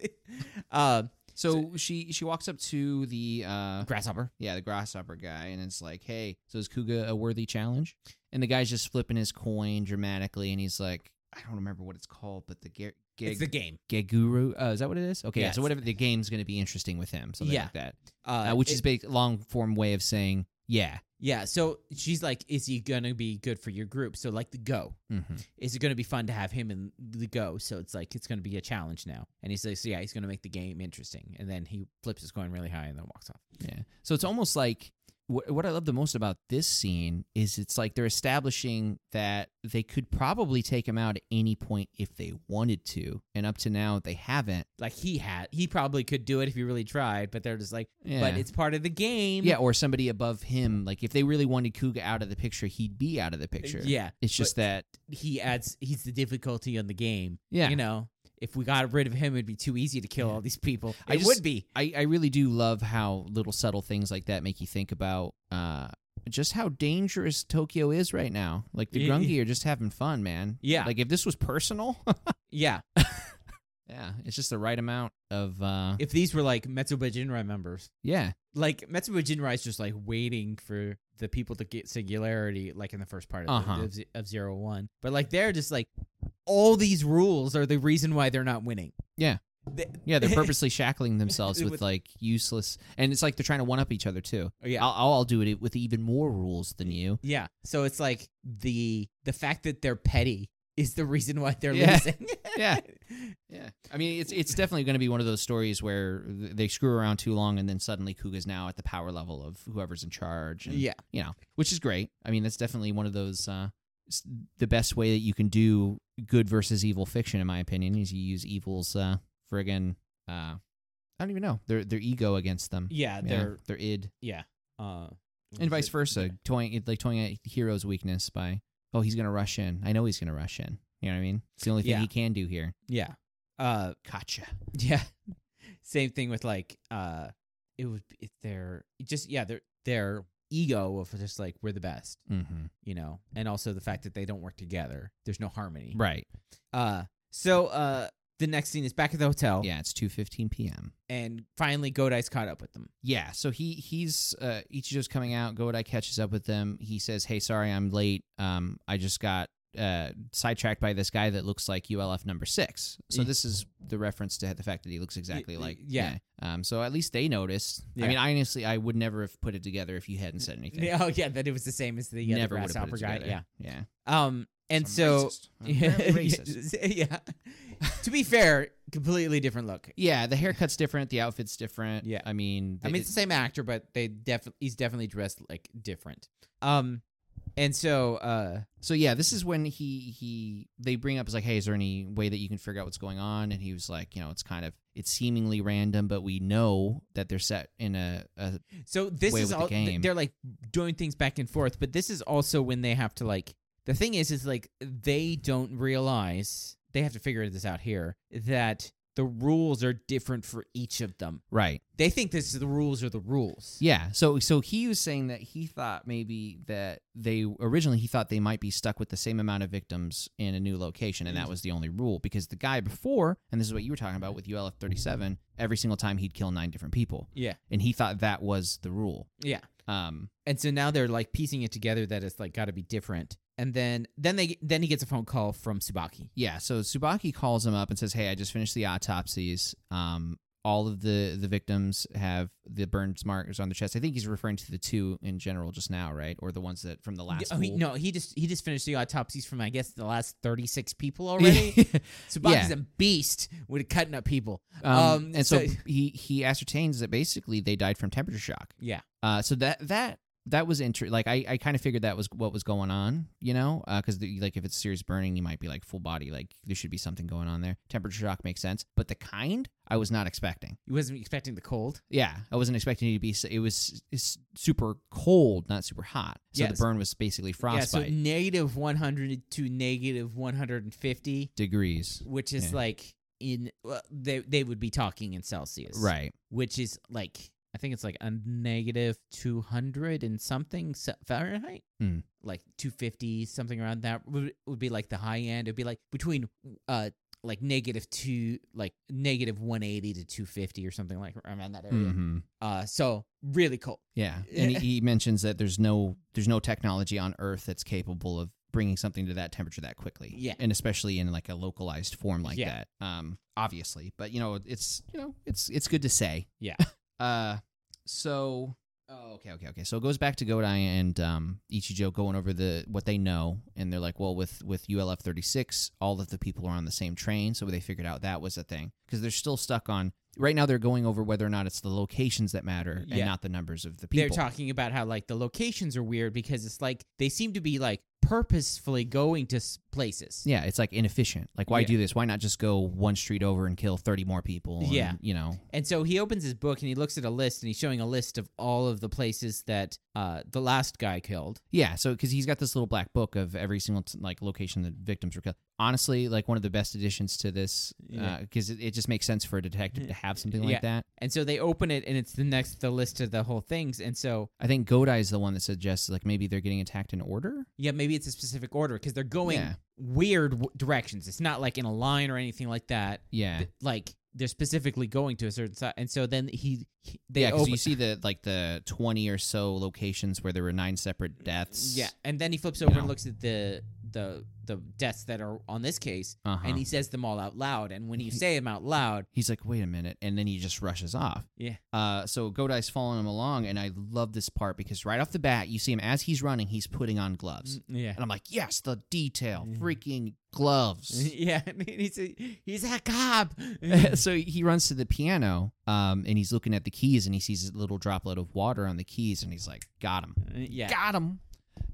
uh,
So she she walks up to the uh
grasshopper.
yeah the grasshopper guy and it's like hey so is Kuga a worthy challenge? And the guy's just flipping his coin dramatically and he's like I don't remember what it's called but the ge-
It's the game.
Geguru uh, is that what it is? Okay. Yeah,
Yes.
so whatever the game's going to be interesting with him something
Yeah.
like that.
Uh,
uh, which
it-
is a long form way of saying yeah.
yeah. So she's like, "Is he gonna be good for your group?" So like the go,
Mm-hmm.
is it gonna be fun to have him in the go? So it's like it's gonna be a challenge now. And he's like, "So yeah, he's gonna make the game interesting." And then he flips his coin really high and then walks off.
Yeah. So it's almost like wh- what I love the most about this scene is it's like they're establishing that they could probably take him out at any point if they wanted to, and up to now they haven't.
Like he had, he probably could do it if he really tried, but they're just like,
Yeah.
"But it's part of the game."
yeah, or somebody above him. Like if they really wanted Kuga out of the picture, he'd be out of the picture.
Yeah.
It's just that.
he adds he's the difficulty on the game.
Yeah.
You know, if we got rid of him, it'd be too easy to kill all these people.
I
it
just-
would be.
I, I really do love how little subtle things like that make you think about uh, just how dangerous Tokyo is right now. Like the
Yeah.
Grungi are just having fun, man.
Yeah.
Like if this was personal,
Yeah.
yeah, it's just the right amount of uh,
If these were like Metsuba Jinrai members,
yeah.
like Metsuba Jinrai is just like waiting for the people to get singularity, like in the first part of,
Uh-huh.
the, of, Z- of Zero One. But like they're just like, all these rules are the reason why they're not winning.
Yeah.
They-
Yeah,
[LAUGHS]
they're purposely shackling themselves with,
With- Oh,
like useless, and it's like they're trying to one up each other too.
yeah.
I'll, I'll do it with even more rules than
[LAUGHS]
you.
yeah. So it's like the the fact that they're petty is the reason why they're
Yeah. [LAUGHS]
losing. [LAUGHS]
Yeah, yeah. I mean, it's it's definitely going to be one of those stories where th- they screw around too long, and then suddenly Kuga's now at the power level of whoever's in charge. And,
yeah.
you know, which is great. I mean, that's definitely one of those uh, s- the best way that you can do good versus evil fiction, in my opinion, is you use evils uh, friggin' uh, I don't even know their their ego against them.
Yeah.
Yeah,
They're
their id.
Yeah. Uh,
and vice
it-
versa, toying like toying at hero's weakness by oh he's gonna rush in. I know he's gonna rush in. You know what I mean? It's the only thing
Yeah.
he can do here.
Yeah. Uh,
Gotcha.
yeah. [LAUGHS] Same thing with like, uh, it would it, their just yeah their their ego of just like we're the best,
Mm-hmm.
you know, and also the fact that they don't work together. There's no harmony.
Right.
Uh, so uh, the next scene is back at the hotel.
Oh. Yeah. It's two fifteen p.m.
And finally, Godai's caught up with them.
Yeah. So he he's uh, Ichijo's coming out. Godai catches up with them. He says, "Hey, sorry, I'm late. Um, I just got." Uh, sidetracked by this guy that looks like ULF number six. So
Yeah.
this is the reference to the fact that he looks exactly
y-
like
yeah.
Um. So at least they noticed. I
Yeah.
mean, I honestly, I would never have put it together if you hadn't said anything.
Yeah, [LAUGHS] Oh yeah, that it was the same as the, uh, the
never would have
grasshopper
put it
guy.
together.
Yeah.
yeah.
Um, and so [LAUGHS] yeah. to be fair, completely different look.
yeah, the haircut's different, the outfit's different.
Yeah.
I mean,
I mean, it's the same actor, but they definitely he's definitely dressed like different. Um, and so uh,
so yeah, this is when he he they bring up is like, hey, is there any way that you can figure out what's going on? And he was like, you know, it's kind of it's seemingly random, but we know that they're set in a, a
so this
Way
is
with the
all th-
game.
they're like doing things back and forth, but this is also when they have to like the thing is is like they don't realize they have to figure this out here that the rules are different for each of them.
Right.
They think this the rules are the rules.
Yeah. So so he was saying that he thought maybe that they originally he thought they might be stuck with the same amount of victims in a new location,
Mm.
and that was the only rule because the guy before, and this is what you were talking about with ULF thirty seven, every single time he'd kill nine different people,
Yeah.
and he thought that was the rule.
Yeah.
Um.
And so now they're like piecing it together that it's like got to be different. And then then they then he gets a phone call from Subaki.
Yeah. So Subaki calls him up and says, "Hey, I just finished the autopsies. Um." All of the, the victims have the burn marks on their chest. I think he's referring to the two in general just now, right? Or the ones that from the last.
Oh,
[LAUGHS]
he,
pool.
no, he just he just finished the autopsies from I guess the last
[LAUGHS]
36 people already. Subaki's
Yeah.
a beast with cutting up people.
Um,
Um,
and so,
so-
he he ascertains that basically they died from temperature shock.
Yeah.
Uh, so that that that was interesting. Like I, I kind of figured that was what was going on, you know, because the like if it's serious burning, you might be like full body, like there should be something going on there. Temperature shock makes sense, but the kind I was not expecting.
He wasn't expecting the cold.
Yeah, I wasn't expecting it to be. s- It was it's super cold, not super hot. So
Yes.
the burn was basically frostbite
Yeah, so negative 100 to negative 150,
degrees.
which is
Yeah.
like in well, they they would be talking in Celsius.
Right.
Which is like I think it's like a negative 200 and something Ce- Fahrenheit.
Mm.
Like 250 something around that would, would be like the high end. It'd be like between uh like negative 2 like negative 180 to 250 or something like around that area.
hmm
Uh so really cold.
Yeah, and he, he mentions that there's no there's no technology on Earth that's capable of bringing something to that temperature that quickly.
Yeah.
and especially in like a localized form like
Yeah.
that. Um, obviously, but you know, it's you know, it's it's good to say.
Yeah.
[LAUGHS] uh, so. Oh, okay, okay, okay. So it goes back to Godai and um, Ichijo going over the what they know, and they're like, "Well, with with ULF thirty six, all of the people are on the same train, so they figured out that was a thing because they're still stuck on right now. They're going over whether or not it's the locations that matter
Yeah.
and not the numbers of the people.
They're talking about how like the locations are weird because it's like they seem to be like purposefully going to s- places.
Yeah, it's like inefficient. Like, why
Yeah.
do this? Why not just go one street over and kill 30 more people? and,
Yeah.
You know,
And so he opens his book and he looks at a list and he's showing a list of all of the places that uh, the last guy killed.
yeah. So, because he's got this little black book of every single, t- like, location that victims were killed. Honestly, like, one of the best additions to this,
Yeah.
because it, it just makes sense for a detective to have something like
Yeah.
that.
And so they open it and it's the next the list of the whole things. And so
I think Godai is the one that suggests, like, maybe they're getting attacked in order.
yeah, maybe it's a specific order because they're going
Yeah.
weird w- directions. It's not like in a line or anything like that.
Yeah.
Th- Like they're specifically going to a certain side. And so then he, he they
yeah, because
open-
you see the, like, the 20 or so locations where there were nine separate deaths.
Yeah, and then he flips over
know.
and looks at the the the deaths that are on this case,
Uh-huh.
and he says them all out loud. And
[LAUGHS]
when you say them out loud,
He's like, wait a minute. And then he just rushes off.
Yeah.
Uh, so Godai's following him along. And I love this part because right off the bat, you see him as he's running, he's putting on gloves.
mm, yeah,
And I'm like, yes, the detail.
Yeah.
Freaking gloves. [LAUGHS]
[LAUGHS] yeah, and he's a, he's a cop.
so he runs to the piano um, and he's looking at the keys and he sees a little droplet of water on the keys. And he's like, got him.
[LAUGHS] yeah,
Got him.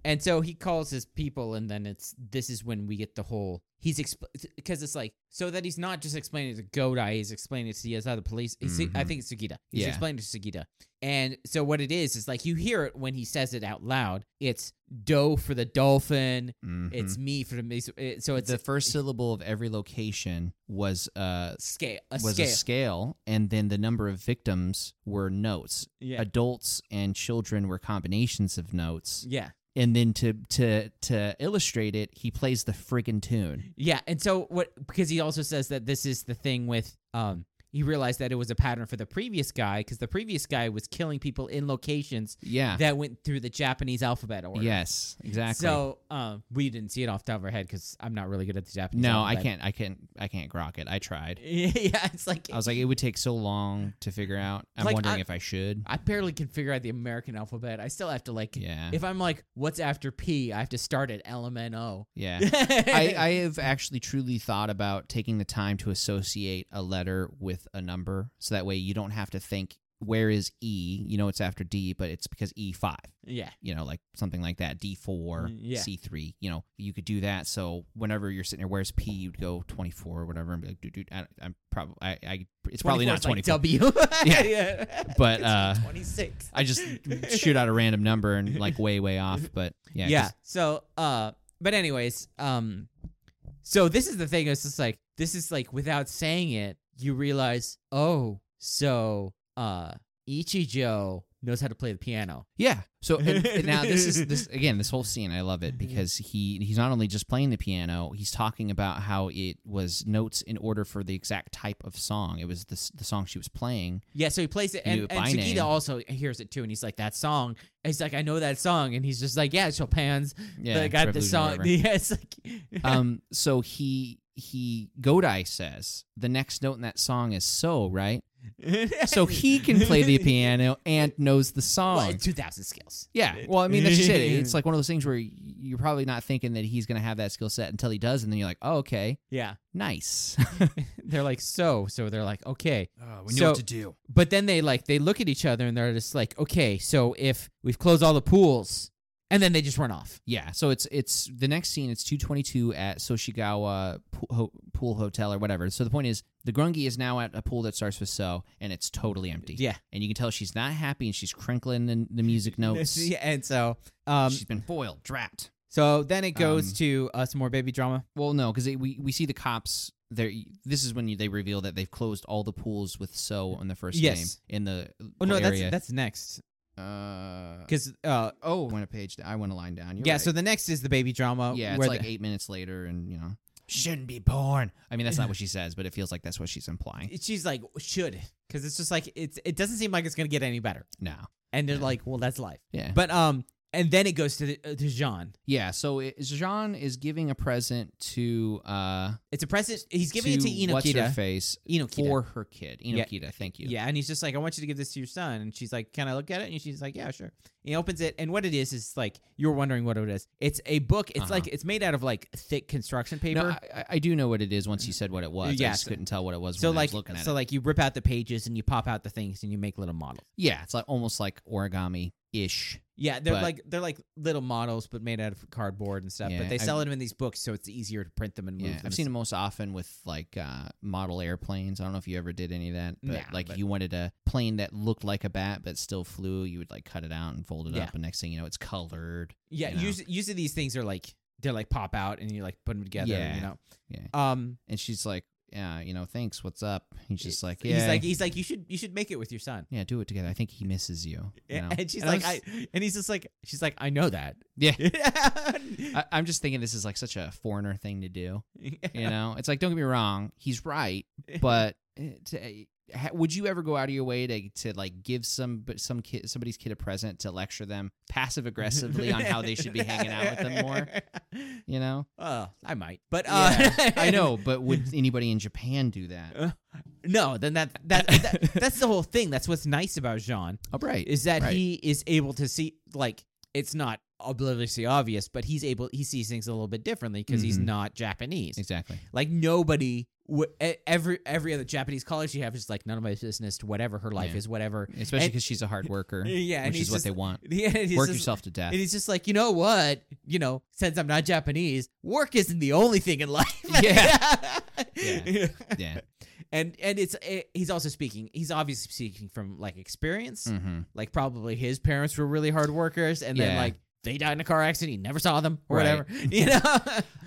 and so he calls his people, and then it's this is when we get the whole he's because it's like so that he's not just explaining it to Godai, he's explaining it to the other police. He's, I
Mhm.
think it's Sugita. He's
Yeah.
explaining it to Sugita, and so what it is is like you hear it when he says it out loud. It's dough for the dolphin. It's me for the mis- it- so it's
Mm-hmm. the
[LAUGHS]
first syllable of every location was uh,
scale a
was
scale.
a scale, and then the number of victims were notes.
yeah.
adults and children were combinations of notes
yeah.
and then to to to illustrate it he plays the friggin tune
Yeah, and so what because he also says that this is the thing with um he realized that it was a pattern for the previous guy because the previous guy was killing people in locations
yeah
that went through the Japanese alphabet order.
yes exactly
So um, we didn't see it off the top of our head because I'm not really good at the Japanese.
no i
alphabet.
can't i can't i can't grok it i tried
[LAUGHS] yeah, it's like
i was like it would take so long to figure out i'm
Like,
wondering
I-
if i should
I barely can figure out the American alphabet. I still have to like
yeah
if I'm like what's after P, I have to start at L M N O.
yeah [LAUGHS]
[LAUGHS]
I, I have actually truly thought about taking the time to associate a letter with a number so that way you don't have to think where is e you know it's after d but it's because E e5
yeah.
you know, like something like that, D4,
Mm, yeah.
C3, you know, you could do that. So whenever you're sitting there, where's P, you'd go 24 or whatever and be like, dude, dude, I, I'm probably, I, I, it's probably not
24 is
24.
Like w. [LAUGHS]
Yeah. But,
It's
uh,
26.
I just shoot out a random number and like way, way off.
[LAUGHS]
But yeah.
Yeah.
'cause-
So, uh, but anyways, um, so this is the thing. It's just like this is like without saying it, you realize, oh, so uh, Ichijo knows how to play the piano.
Yeah. So and, and now this is
[LAUGHS]
this again. This whole scene, I love it
Mhm.
because he he's not only just playing the piano, he's talking about how it was notes in order for the exact type of song. It was the s- the song she was playing.
Yeah, so he plays it, and,
knew it
and
by
Sugita
name.
also hears it too, and he's like, "That song." And he's like, "I know that song," and he's just like, "Yeah, Chopin's."
Yeah,
Yeah, got the
Revolution or
song.
whatever.
[LAUGHS] Yeah, it's like,
um. So he he Godai says the next note in that song is so right. So he can play the piano and knows the song.
[LAUGHS] Well, two thousand skills.
Yeah. Well, I mean, that's just it. It's like one of those things where y- you're probably not thinking that he's going to have that skill set until he does, and then you're like, oh, okay,
Yeah, [LAUGHS]
nice. [LAUGHS]
they're like so. So they're like okay,
we
know what to
do.
but then they like they look at each other and they're just like okay. So if we've closed all the pools, and then they just run off.
Yeah. So it's it's the next scene. It's 222 at Soshigawa pool, ho- pool Hotel or whatever. So the point is, the grungy is now at a pool that starts with so, and it's totally empty.
Yeah,
And you can tell she's not happy, and she's crinkling the, the music notes.
[LAUGHS] Yeah, and so um,
she's been foiled, trapped.
so then it goes
Um,
to uh, some more baby drama.
Well, no, because we we see the cops. There, this is when you, they reveal that they've closed all the pools with so on the first
Yes.
game in the
Oh no, that's
area.
that's next
uh,
because uh,
oh, I went a page. down- I went a line down. You're
yeah.
right.
So the next is the baby drama.
yeah,
where
it's like
the-
eight minutes later, and you know shouldn't be born. I mean, that's
[LAUGHS]
not what she says, but it feels like that's what she's implying.
she's like should because it's just like it's it doesn't seem like it's gonna get any better.
No,
And they're
Yeah.
like, well, that's life.
yeah,
But um, and then it goes to the, uh, to Jean.
yeah. So it, Jean is giving a present to uh,
It's a present. He's giving it to
what's her
Inokita.
face
Inokita.
for her kid, Inokita. Thank you.
yeah, and he's just like, I want you to give this to your son. And she's like, Can I look at it? And she's like, Yeah, sure. And he opens it, and what it is is like you're wondering what it is. It's a book. It's
Uh-huh.
like it's made out of like thick construction paper. Mm.
No, I, I- I do know what it is once you said what it was. I
Yeah,
just
so-
couldn't tell what it was
so
when I
like,
was looking at
so
it.
like you rip out the pages and you pop out the things and you make little models.
Yeah, it's like almost like origami ish.
Yeah, they're
But-
like they're like little models, but made out of cardboard and stuff.
Yeah,
but they
I-
sell them in these books, so it's easier to print them and move
Yeah,
them.
I've seen it most often with like uh, model airplanes. I don't know if you ever did any of that, but
Nah,
like
but-
if you wanted a plane that looked like a bat but still flew, you would like cut it out and fold it
Yeah.
up, and next thing you know, it's colored.
Yeah,
you know?
usually, usually these things are like they're like pop out and you like put them together.
Yeah,
you know.
yeah.
Um.
And she's like, "Yeah, you know, thanks. What's up?" He's just like, "Yeah,
He's like he's like you should you should make it with your son.
yeah, do it together. I think he misses you."
[LAUGHS]
you know?
And she's
And I
like
was-
I and he's just like she's like I know that. [LAUGHS]
Yeah.
yeah.
I, I'm just thinking this is like such a foreigner thing to do.
[LAUGHS]
You know, it's like don't get me wrong, he's right, but eh, to, ha- would you ever go out of your way to to like give some but some kid somebody's kid a present to lecture them passive aggressively on how they should be hanging out with them
[LAUGHS]
more? You know,
Uh, I might, but uh, [LAUGHS]
Yeah, I know, but would anybody in Japan do that?
No, then that, that that that's the whole thing. That's what's nice about Jean
Oh, right.
is that
Right.
he is able to see like it's not obliviously obvious, but he's able he sees things a little bit differently because he's
Mhm.
not Japanese.
exactly.
Like nobody, w- e- every every other Japanese college you have is like none of my business. Whatever her life
Yeah.
is, whatever.
Especially
And-
because she's a hard worker,
Yeah, and
which
he's
is what
just,
they want.
[LAUGHS] Yeah, and he's
Work
just-
yourself to death.
And he's just like, you know what? You know, since I'm not Japanese, work isn't the only thing in [LAUGHS] life. [LAUGHS]
Yeah.
yeah. [LAUGHS]
yeah.
And and it's eh, he's also speaking. He's obviously speaking from like experience.
hmm
Like probably his parents were really hard workers, and then
Yeah.
like they died in a car accident. He never saw them or
Right.
whatever. [LAUGHS]
[LAUGHS]
You know.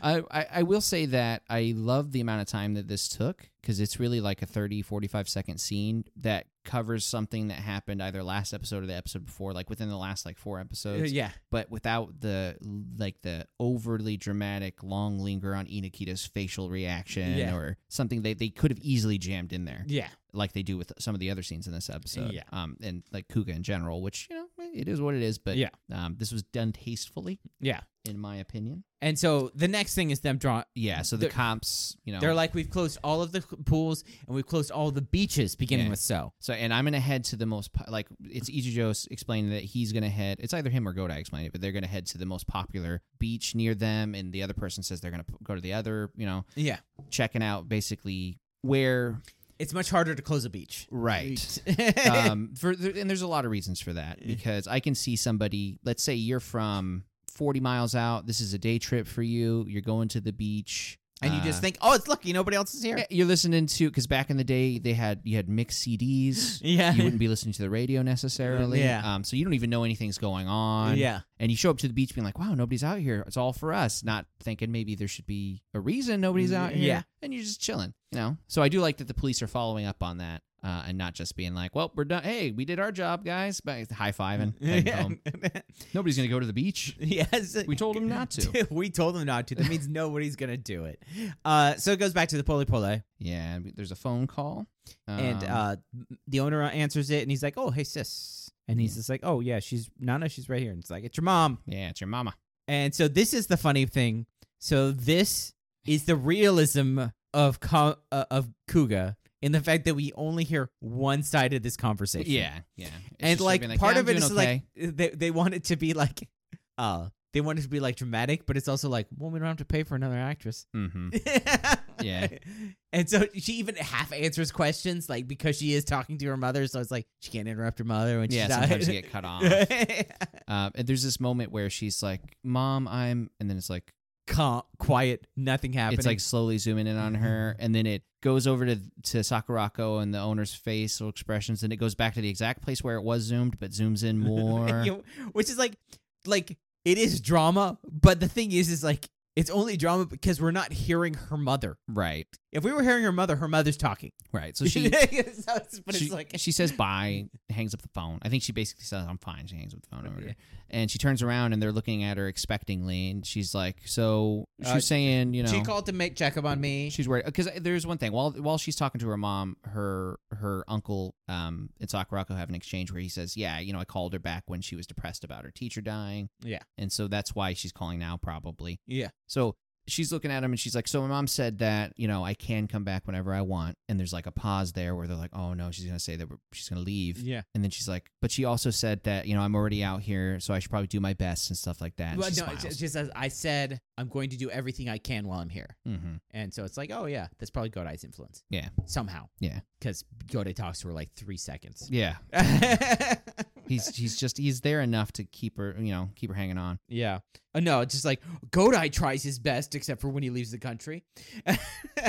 I, I, I will say that I love the amount of time that this took because it's really like a 30, 45 second scene that covers something that happened either last episode or the episode before, like within the last like four episodes,
yeah.
but without the like the overly dramatic long linger on Inokita's facial reaction
Yeah.
or something they, they could have easily jammed in there
Yeah.
like they do with some of the other scenes in this episode.
Yeah.
Um, and like Kuga in general, which, you know, eh, it is what it is, but
Yeah.
um, this was done tastefully
Yeah.
in my opinion.
And so the next thing is them draw.
Yeah, so the
They're-
cops, you know,
They're like, we've closed all of the pools and we've closed all the beaches, beginning
Yeah.
with so.
So, and I'm gonna head to the most po- like it's Ichijo explaining that he's gonna head. It's either him or Godai explaining it, but they're gonna head to the most popular beach near them, and the other person says they're gonna p- go to the other. You know,
Yeah.
checking out basically where
It's much harder to close a beach. [LAUGHS]
right. um, [LAUGHS] for there, and there's a lot of reasons for that because I can see somebody. Let's say you're from 40 miles out. This is a day trip for you. You're going to the beach,
and you
uh,
just think, oh, it's lucky nobody else is
[LAUGHS]
here.
yeah, you're listening to because back in the day they had you had mixed CDs.
Yeah. [LAUGHS]
you wouldn't be listening to the radio necessarily.
Yeah.
Um, so you don't even know anything's going on.
yeah.
And you show up to the beach being like, wow, nobody's out here. It's all for us. Not thinking maybe there should be a reason nobody's
Mm,
out here.
yeah.
And you're just chilling, you know? So I do like that the police are following up on that uh, and not just being like, well, we're done. Hey, we did our job, guys. But high
[LAUGHS]
fiving. heading home. Nobody's going to go to the beach.
Yes.
We told him not to.
[LAUGHS] we told him not to. That means nobody's going to do it. Uh, so it goes back to the Poli Poli.
Yeah. and There's a phone call.
and
Um,
uh, the owner answers it and he's like, oh, hey, sis. And he's just like, oh, yeah, she's Nana. She's right here. And it's like, it's your mom.
yeah, it's your mama.
And so this is the funny thing. So this is the realism of Ka- uh, of Kuga in the fact that we only hear one side of this conversation.
Yeah. Yeah. It's
and
just her
like,
being
part
"Yeah,
of
I'm
it is
doing okay."
like they they want it to be like, uh, they want it to be like dramatic, but it's also like, well, we don't have to pay for another [LAUGHS] actress.
Mhm.
yeah. [LAUGHS] And so she even half answers questions like because she is talking to her mother, so it's like she can't interrupt her mother when
Yeah,
she's
sometimes
out.
you get
[LAUGHS]
cut off. Uh, and there's this moment where she's like, "Mom, I'm," and then it's like
Calm, quiet, nothing happening. Mm-hmm.
it's like slowly zooming in on her, and then it goes over to to Sakurako and the owner's facial expressions, and it goes back to the exact place where it was zoomed, but zooms in more.
[LAUGHS] You- which is like like it is drama but the thing is is like it's only drama because we're not hearing her mother
right,
if we were hearing her mother her mother's talking
right.
[LAUGHS]
So she.
So it's- but
she,
it's like
she says bye, hangs up the phone. I think she basically says I'm fine. She hangs up the phone over,
Yeah.
and she turns around and they're looking at her expectingly, and she's like, "So she's
Uh,
saying, you know,
she called to make check up on me
She's worried because there's one thing while while she's talking to her mom, her her uncle um and Sakurako have an exchange where he says, "Yeah, you know, I called her back when she was depressed about her teacher dying,
yeah
and so that's why she's calling now, probably." [LAUGHS]
yeah
So she's looking at him and she's like, "So my mom said that you know I can come back whenever I want," and there's like a pause there where they're like, "Oh no, she's gonna say that we're- she's gonna leave,"
yeah
and then she's like, "But she also said that you know I'm already out here, so I should probably do my best and stuff like that." And
well,
she
no, it's-
smiles.
it's just as I said, I'm going to do everything I can while I'm here,
Mhm.
and so it's like, oh yeah, that's probably Godai's influence.
Yeah.
somehow.
Yeah.
because Godai talks to her like three
[LAUGHS]
seconds. [LAUGHS]
Yeah, he's he's just he's there enough to keep her you know keep her hanging on.
Yeah. Uh, no, it's just like Godai tries his best, except for when he leaves the country. [LAUGHS]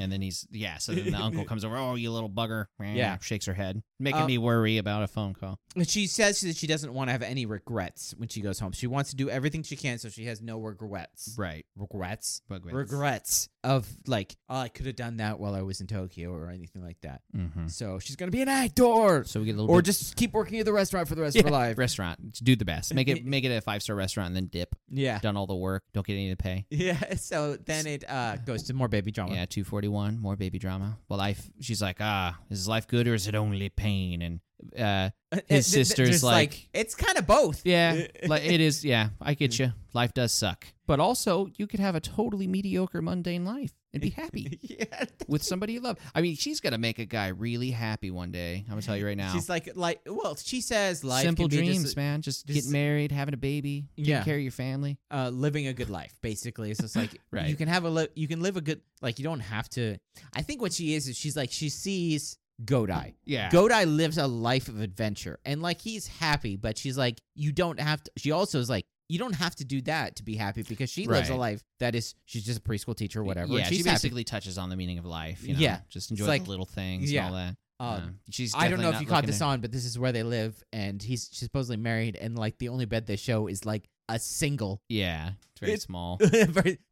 And then he's yeah. So then the
[LAUGHS]
uncle comes over. Oh, you little bugger!
Yeah.
shakes her head, making
Uh,
me worry about a phone call.
she says that she doesn't want to have any regrets when she goes home. She wants to do everything she can, so she has no regrets.
Right,
Regrets.
bugger.
Regrets of like, oh, I could have done that while I was in Tokyo or anything like that.
hmm
So she's gonna be an actor,
So we get a little
or
bit-
just keep working at the restaurant for the rest of her life.
restaurant. Do the best. Make
[LAUGHS]
it make it a five star restaurant and then dip. [LAUGHS]
Yeah,
Done all the work. Don't get any to pay.
yeah. [LAUGHS] So then it uh, goes to more baby drama.
Yeah, two forty one. More baby drama. Well, life. She's like, ah, is life good or is it only pain? And uh,
[LAUGHS] And
His
th- th-
sister's
there's
like-
it's kind of both.
yeah,
[LAUGHS]
like it is. Yeah, I get you. Life does suck, but also you could have a totally mediocre, mundane life and be happy.
[LAUGHS] yeah.
With somebody you love. I mean, she's gonna make a guy really happy one day. I'm gonna tell you right now.
She's like, like, well, she says, life
Simple
can be
dreams,
just,
man. Just,
just-
get married, having a baby, taking
Yeah.
care of your family.
uh, living a good life. Basically, it's just like
[LAUGHS] Right.
you can have a, li- you can live a good, like you don't have to. I think what she is is she's like she sees Godai.
Yeah.
Godai lives a life of adventure, and like he's happy, but she's like, you don't have to. She also is like. You don't have to do that to be happy because she lives a
Right.
life that is she's just a preschool teacher or whatever.
Yeah,
and she's
she
happy.
basically touches on the meaning of life. You know?
Yeah.
Just enjoy
It's like-
the little things
yeah.
and all that.
Uh,
Yeah. she's
I don't know
definitely
if
not
you caught
looking
this
to-
on, but this is where they live, and he's she's supposedly married, and like the only bed they show is like a single. [LAUGHS]
Yeah. It's very
It-
[LAUGHS] small.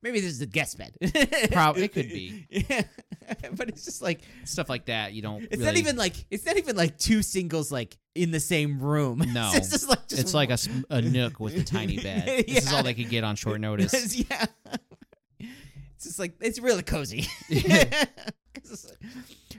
Maybe this is a guest bed.
Prob- it
[LAUGHS]
could be.
Yeah, but it's just like
Stuff like that. You don't
it's
really, [LAUGHS]
not even like it's not even like two singles like in the same room. [LAUGHS]
No.
it's just like just
it's like a, s-
[LAUGHS]
a nook with a [LAUGHS] tiny bed. This is
Yeah.
all they could get on [LAUGHS] short notice.
[LAUGHS] yeah. It's just like it's
[LAUGHS]
really cozy. [LAUGHS] 'Cause it's like-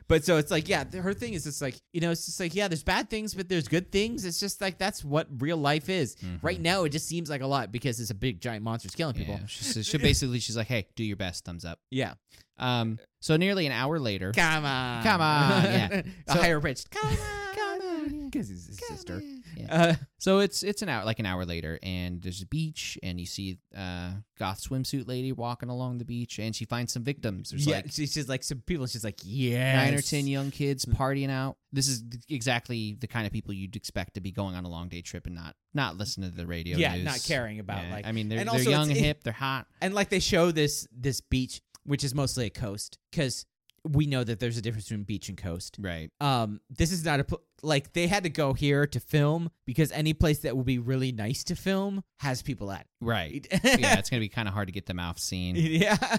but so it's like yeah, th- her thing is just like you know it's just like yeah, there's bad things, but there's good things. It's just like that's what real life is.
Mm-hmm.
Right now, it just seems like a lot because it's a big giant monster's killing people.
Yeah. She, she basically she's like, Hey, do your best, thumbs up.
Yeah,
Um so nearly an hour later.
come on,
Come on, yeah.
[LAUGHS] a
So-
higher pitched come
[LAUGHS] Come
on,
on,
because he's his
Come
sister.
on. Yeah.
Uh,
So it's it's an hour like an hour later, and there's a beach, and you see uh, goth swimsuit lady walking along the beach, and she finds some victims. There's
yeah,
like
she's just like some people. She's like yeah,
nine or ten young kids
Mm.
partying out. This is exactly the kind of people you'd expect to be going on a long day trip and not not listen to the radio.
Yeah,
news.
not caring about
Yeah,
like.
I mean, they're
and
they're
also
young
it's-
and
it-
hip. They're hot.
and like they show this this beach which is mostly a coast because we know that there's a difference between beach and coast.
Right.
Um, this is not a pl- like they had to go here to film because any place that would be really nice to film has people at
Right. [LAUGHS]
it.
yeah,
[LAUGHS]
it's going to be kind of hard to get them off scene, [LAUGHS]
yeah,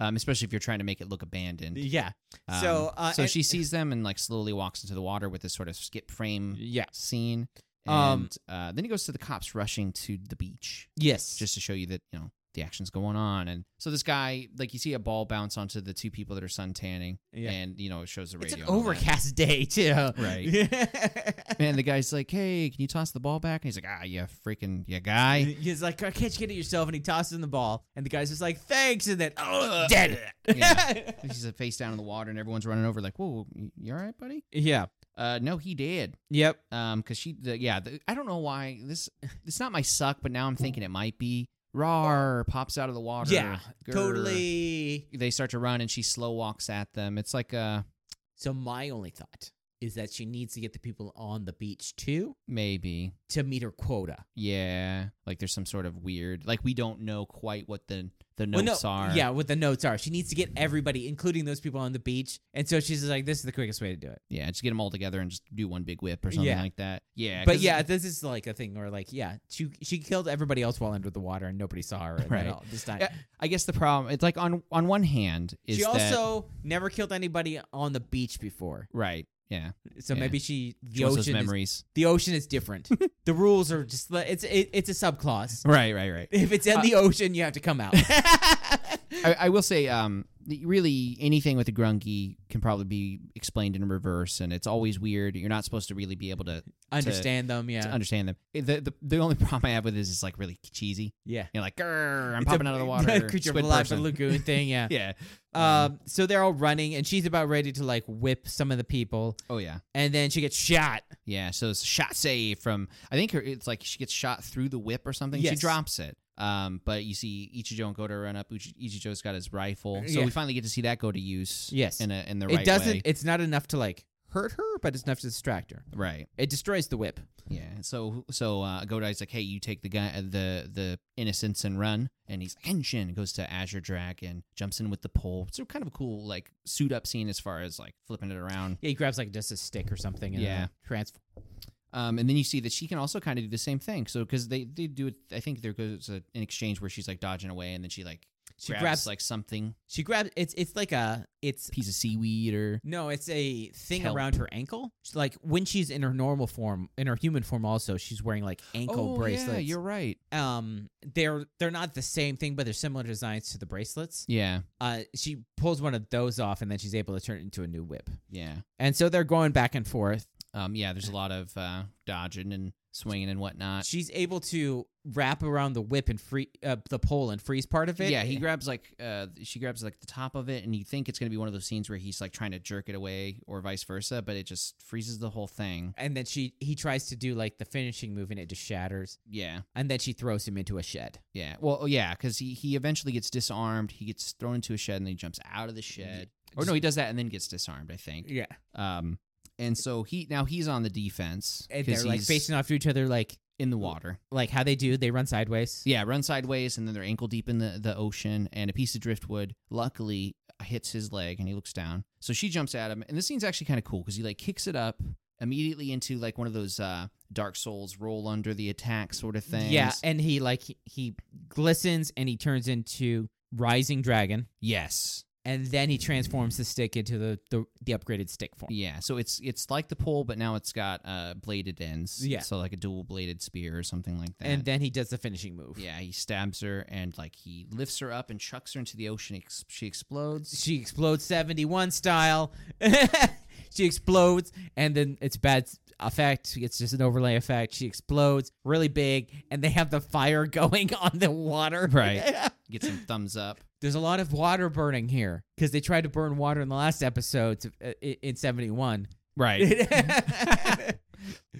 um, especially if you're trying to make it look abandoned.
yeah.
Um,
So, uh,
so
and-
she sees them and like slowly walks into the water with this sort of skip frame
Yeah.
scene.
Um,
And uh, then he goes to the cops rushing to the beach
Yes.
just to show you that, you know, the action's going on. And so this guy, like, you see a ball bounce onto the two people that are sun tanning,
Yeah.
and, you know, it shows the
it's
radio.
an
and all that.
overcast day too.
Right.
[LAUGHS] Yeah.
[LAUGHS] And the guy's like, hey, can you toss the ball back? And he's like, ah, you freaking, you guy.
[LAUGHS] He's like, "Oh, can't you get it yourself? And he tosses him the ball, and the guy's just like, "Thanks," and then, "Oh, dead
[LAUGHS]
it."
Yeah. He's like, face down in the water, and everyone's running over, like, whoa, you- you all right, buddy?
yeah.
Uh, no, he did.
Yep.
Um, cause she, the, yeah, the, I don't know why this. [LAUGHS] It's not my suck, but now I'm thinking it might be. Rar pops out of the water.
Yeah,
Grr.
Totally.
They start to run, and she slow walks at them. It's like uh
So my only thought is that she needs to get the people on the beach too
maybe,
to meet her quota.
yeah, like there's some sort of weird, like we don't know quite what the the
Well, no-
notes are.
Yeah, what the notes are. She needs to get everybody, including those people on the beach. And so she's just like, "This is the quickest way to do it."
yeah, just get them all together and just do one big whip or something
Yeah.
like that. Yeah,
but
'cause-
yeah, this is like a thing where like, yeah, she she killed everybody else while under the water, and nobody saw her at
Right.
all this time.
Yeah, I guess the problem it's like on on one hand is
she
that-
also never killed anybody on the beach before,
right, yeah,
so
Yeah.
maybe she the
she wants those
ocean is,
memories,
the ocean is
[LAUGHS]
different. the rules are just li- it's it, it's a subclause.
right, right, right.
[LAUGHS] If it's in
Uh,
the ocean, you have to
[LAUGHS]
come out. [LAUGHS]
I, I will say, um, the- really, anything with a grungy can probably be explained in reverse, and it's always weird. You're not supposed to really be able to,
Understand them, yeah,
to understand them. The, the the only [LAUGHS] problem I have with it is it's like really cheesy.
yeah.
You're like, Grr, I'm
[LAUGHS] It's a-
popping out of the water.
creature of
squid
the Black
person."
lagoon
[LAUGHS]
thing, yeah.
yeah.
Um, so they're all running, and she's about ready to like whip some of the people,
Oh yeah.
and then she gets shot.
Yeah. So it's a shot save from. I think her, it's like she gets shot through the whip or something. She
Yes.
drops it. Um, but you see Ichijo and Goto run up. Uchi- Ichijo's got his rifle, so
Yeah.
we finally get to see that go to use.
Yes.
In a in the
it
right
doesn't.
way.
It's not enough to like hurt her, but it's enough to distract her.
Right.
It destroys the whip.
Yeah. So so uh, Godai's like, hey, you take the guy, uh, the the innocents and run, and he's like, Henshin goes to Azure Dragon, jumps in with the pole. It's a kind of a cool like suit up scene as far as like flipping it around.
Yeah, he grabs like just a stick or something. And
Yeah.
yeah, transform.
Um, and then you see that she can also kind of do the same thing. So because they they do it, I think there goes a, an exchange where she's like dodging away, and then she like
She
grabs,
grabs,
like something
She grabs. It's it's like a it's
piece of seaweed or
no, it's a thing
Kelp.
around her ankle. She's like when she's in her normal form, in her human form, also she's wearing like ankle
oh
bracelets.
yeah, you're right.
um, they're they're not the same thing, but they're similar designs to the bracelets.
Yeah,
Uh, she pulls one of those off, and then she's able to turn it into a new whip.
yeah,
And so they're going back and forth.
um, yeah. There's a lot of uh, dodging and swinging and whatnot.
She's able to wrap around the whip and free uh, the pole and freeze part of it.
yeah, he grabs like uh, she grabs like the top of it, and you think it's gonna be one of those scenes where he's like trying to jerk it away or vice versa, but it just freezes the whole thing.
and then she he tries to do like the finishing move, and it just shatters.
Yeah,
And then she throws him into a shed.
yeah. Well, yeah, because he he eventually gets disarmed. He gets thrown into a shed, and then he jumps out of the shed. Or no, he does that and then gets disarmed. I think.
Yeah,
Um, and so he now he's on the defense
and
'cause
they're like
he's
facing off to each other, like
in the water.
like how they do. They run sideways.
Yeah, run sideways, and then they're ankle deep in the, the ocean, and a piece of driftwood luckily hits his leg, and he looks down. So she jumps at him, and this scene's actually kind of cool because he like kicks it up immediately into like one of those uh, Dark Souls roll under the attack sort of things.
Yeah, and he like he, he glistens and he turns into rising dragon,
yes,
and then he transforms the stick into the the, the upgraded stick form.
yeah. So it's it's like the pole, but now it's got uh, bladed ends.
Yeah.
so like a dual bladed spear or something like that.
And then he does the finishing move.
yeah, he stabs her and like he lifts her up and chucks her into the ocean. Ex- She explodes.
she explodes 71 style. [LAUGHS] she explodes, and then it's bad effect. It's just an overlay effect. She explodes really big, and they have the fire [LAUGHS] going on the water. [LAUGHS]
Right. Get some thumbs up.
There's a lot of water burning here because they tried to burn water in the last episode uh, in [LAUGHS] 71.
[LAUGHS] Right. [LAUGHS]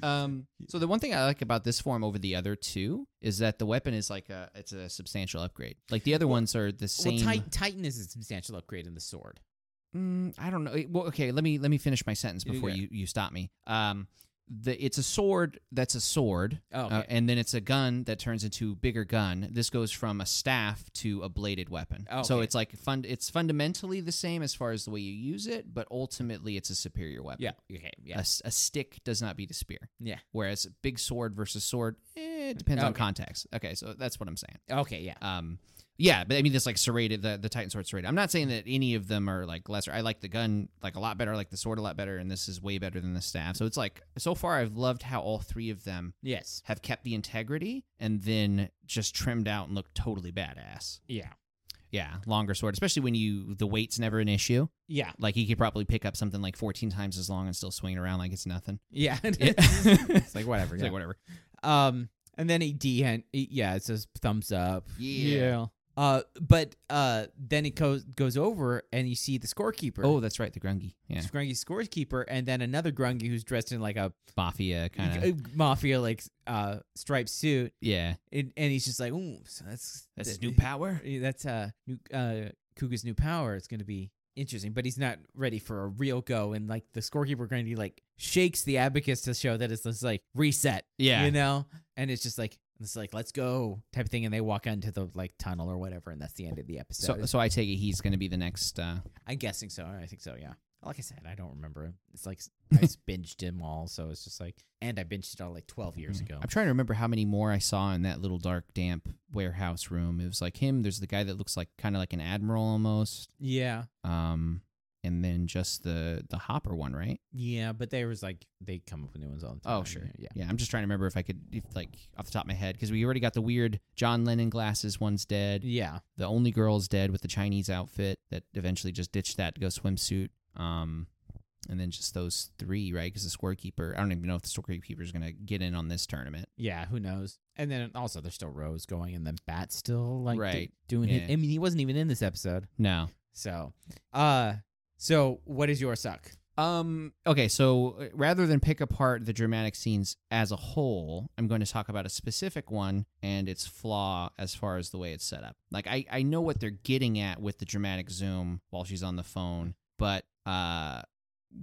Um, so the one thing I like about this form over the other two is that the weapon is like a it's a substantial upgrade. Like the other ones are the
Well,
same.
Ti- Titan is a substantial upgrade in the sword.
Mm, I don't know. Well, okay, let me let me finish my sentence
You
before
got it.
you you stop me. Um, the it's a sword that's a sword,
Oh,
uh,
okay.
and then it's a gun that turns into a bigger gun. This goes from a staff to a bladed weapon.
Oh,
So
okay.
it's like fun. It's fundamentally the same as far as the way you use it, but ultimately it's a superior weapon.
yeah. Okay.
A,
Yeah.
s- a stick does not beat a spear.
Yeah.
Whereas big sword versus sword, eh, it depends on
Okay.
context. Okay, so that's what I'm saying.
Okay. Yeah.
Um, yeah, but I mean, it's like serrated, the, the Titan sword serrated. I'm not saying that any of them are like lesser. I like the gun like a lot better. I like the sword a lot better, and this is way better than the staff. So it's like so far, I've loved how all three of them
Yes.
have kept the integrity and then just trimmed out and looked totally badass.
Yeah.
Yeah, longer sword, especially when you the weight's never an issue.
Yeah.
Like he could probably pick up something like 14 times as long and still swing it around like it's nothing.
[LAUGHS] Yeah.
[LAUGHS] it's
like whatever,
It's
yeah.
like whatever.
Um, and then he DN, he- yeah, it says thumbs up.
Yeah.
Uh, but uh, then it goes goes over, and you see the scorekeeper.
Oh, that's right, the grungy. Yeah,
Grungy scorekeeper, and then another Grungy who's dressed in like a
mafia kind of.
a mafia like uh striped suit,
Yeah,
and, and he's just like, "Ooh, so that's
that's his
that-
new power.
[LAUGHS] yeah, That's uh, new, uh, Kuga's new power. It's gonna be." Interesting, but he's not ready for a real go, and like the scorekeeper, Grungy like shakes the abacus to show that it's just like reset,
Yeah,
you know and it's just like it's like let's go type of thing and they walk into the like tunnel or whatever and that's the end of the episode
So, so I take it he's going to be the next. Uh,
i'm guessing so i think so yeah like i said i don't remember
[LAUGHS]
it's like i just binged them all so it's just like and i binged it all like 12 years ago
hmm. I'm trying to remember how many more I saw in that little dark, damp warehouse room. It was like him. There's the guy that looks like kind of like an admiral almost.
yeah
Um, and then just the the hopper one, right?
yeah but there was like they come up with new ones all the time
Oh, sure.
yeah
yeah. I'm just trying to remember if I could, if like off the top of my head, because we already got the weird John Lennon glasses. One's dead.
yeah
The only girl's dead with the Chinese outfit that eventually just ditched that to go swimsuit. Um, and then just those three, right? Because the scorekeeper, I don't even know if the scorekeeper is going to get in on this tournament.
yeah who knows and then also there's still rose going and then bat still like do-
Right.
doing it
Yeah.
i mean he wasn't even in this episode
No.
so uh so what is your suck
Um. Okay. So uh, rather than pick apart the dramatic scenes as a whole, I'm going to talk about a specific one and its flaw as far as the way it's set up. Like I, I know what they're getting at with the dramatic zoom while she's on the phone, but uh,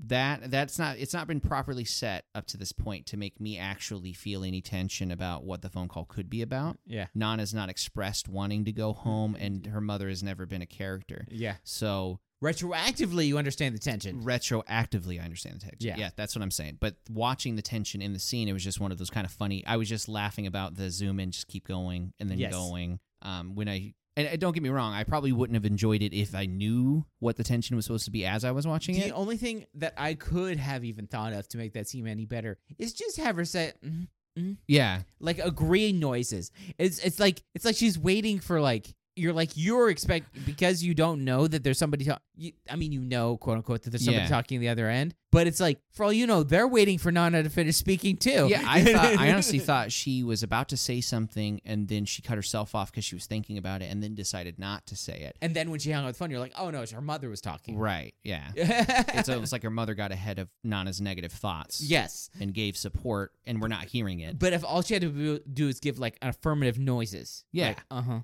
that that's not it's not been properly set up to this point to make me actually feel any tension about what the phone call could be about.
yeah
Nana's not expressed wanting to go home, and her mother has never been a character.
yeah
So
retroactively you understand the tension
retroactively i understand the tension
Yeah.
yeah. that's what i'm saying but watching the tension in the scene it was just one of those kind of funny i was just laughing about the zoom in just keep going and then
Yes.
going um when i and uh, don't get me wrong i probably wouldn't have enjoyed it if i knew what the tension was supposed to be as i was watching
the
it
only thing that i could have even thought of to make that seem any better is just have her say "Mhm,"
yeah
like agreeing noises it's it's like it's like she's waiting for like you're like you're expect because you don't know that there's somebody talk- you, i mean you know quote unquote that there's somebody
Yeah.
talking the other end but it's like for all you know they're waiting for nana to finish speaking too
yeah
[LAUGHS]
i thought i honestly thought she was about to say something and then she cut herself off because she was thinking about it and then decided not to say it
and then when she hung up the phone you're like oh no her mother was talking [LAUGHS]
right yeah it's almost like her mother got ahead of nana's negative thoughts
yes
and gave support and we're not hearing it
But if all she had to do- do is give like affirmative noises,
Yeah.
uh huh,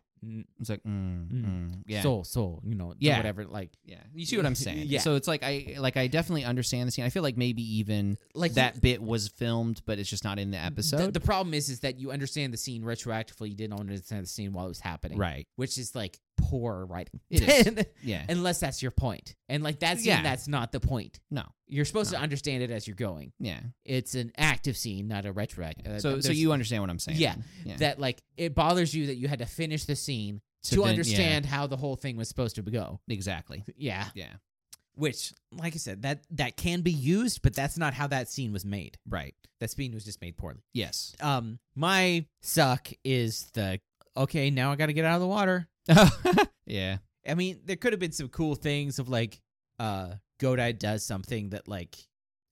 It's like, mm,
Mm.
mm. yeah,
soul, soul, you know,
Yeah.
whatever. Like,
yeah. You see what I'm
[LAUGHS]
saying?
Yeah.
So it's like I like I definitely understand the scene. I feel like maybe even
like
that bit was filmed, but it's just not in the
The,
episode.
the problem is, is that you understand the scene retroactively. You didn't understand the scene while it was happening,
right.
Which is like poor writing,
It is. Yeah.
[LAUGHS] unless that's your point. And like that scene,
Yeah.
that's not the point.
no.
You're supposed
No.
to understand it as you're going.
Yeah.
It's an active scene, not a retroactive. uh,
So so
there's-
you understand what I'm saying?
Yeah.
then. Yeah.
[LAUGHS] that like it bothers you that you had to finish the scene
So
to
then- yeah,
understand how the whole thing was supposed to go.
exactly.
Yeah.
Yeah.
which like i said that that can be used but that's not how that scene was made
Right.
that scene was just made poorly [LAUGHS]
Yes.
um my suck is the okay now i gotta get out of the water
yeah.
i mean there could have been some cool things of like uh godai does something that like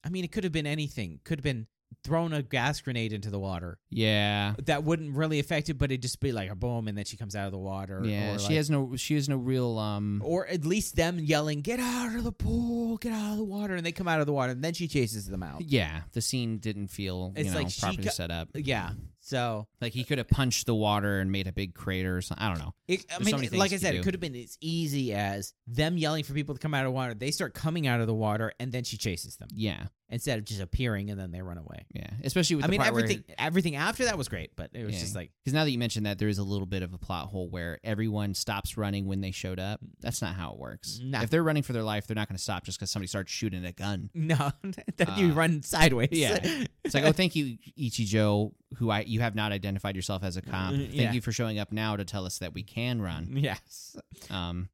i mean it could have been anything could have been thrown a gas grenade into the water
Yeah.
that wouldn't really affect it but it'd just be like a boom and then she comes out of the water
yeah.
or
she
like- Oh.
has no she has no real um
or at least them yelling get out of the pool get out of the water and they come out of the water and then she chases them out
yeah, the scene didn't feel
It's
you know
like she
properly
got-
set up.
Yeah. So
Like he could have punched the water and made a big crater or something. I don't know.
it,
There's
I
so
mean,
many things
like I
you
said,
do.
it could have been as easy as them yelling for people to come out of the water. They start coming out of the water, and then she chases them.
Yeah.
instead of just appearing and then they run away.
Yeah, especially with
I
the
mean,
part
everything everything after that was great, but it was
Yeah.
just like [LAUGHS]
because now that you mentioned that, there is a little bit of a plot hole where everyone stops running when they showed up. That's not how it works.
Nah.
If they're running for their life, they're not going to stop just because somebody starts shooting a gun.
no, [LAUGHS] that you
Uh,
run sideways.
yeah.
[LAUGHS]
It's like, oh, thank you, Ichijo, who I you have not identified yourself as a cop.
Mm,
Thank
yeah.
you for showing up now to tell us that we can run. [LAUGHS]
yes.
Um,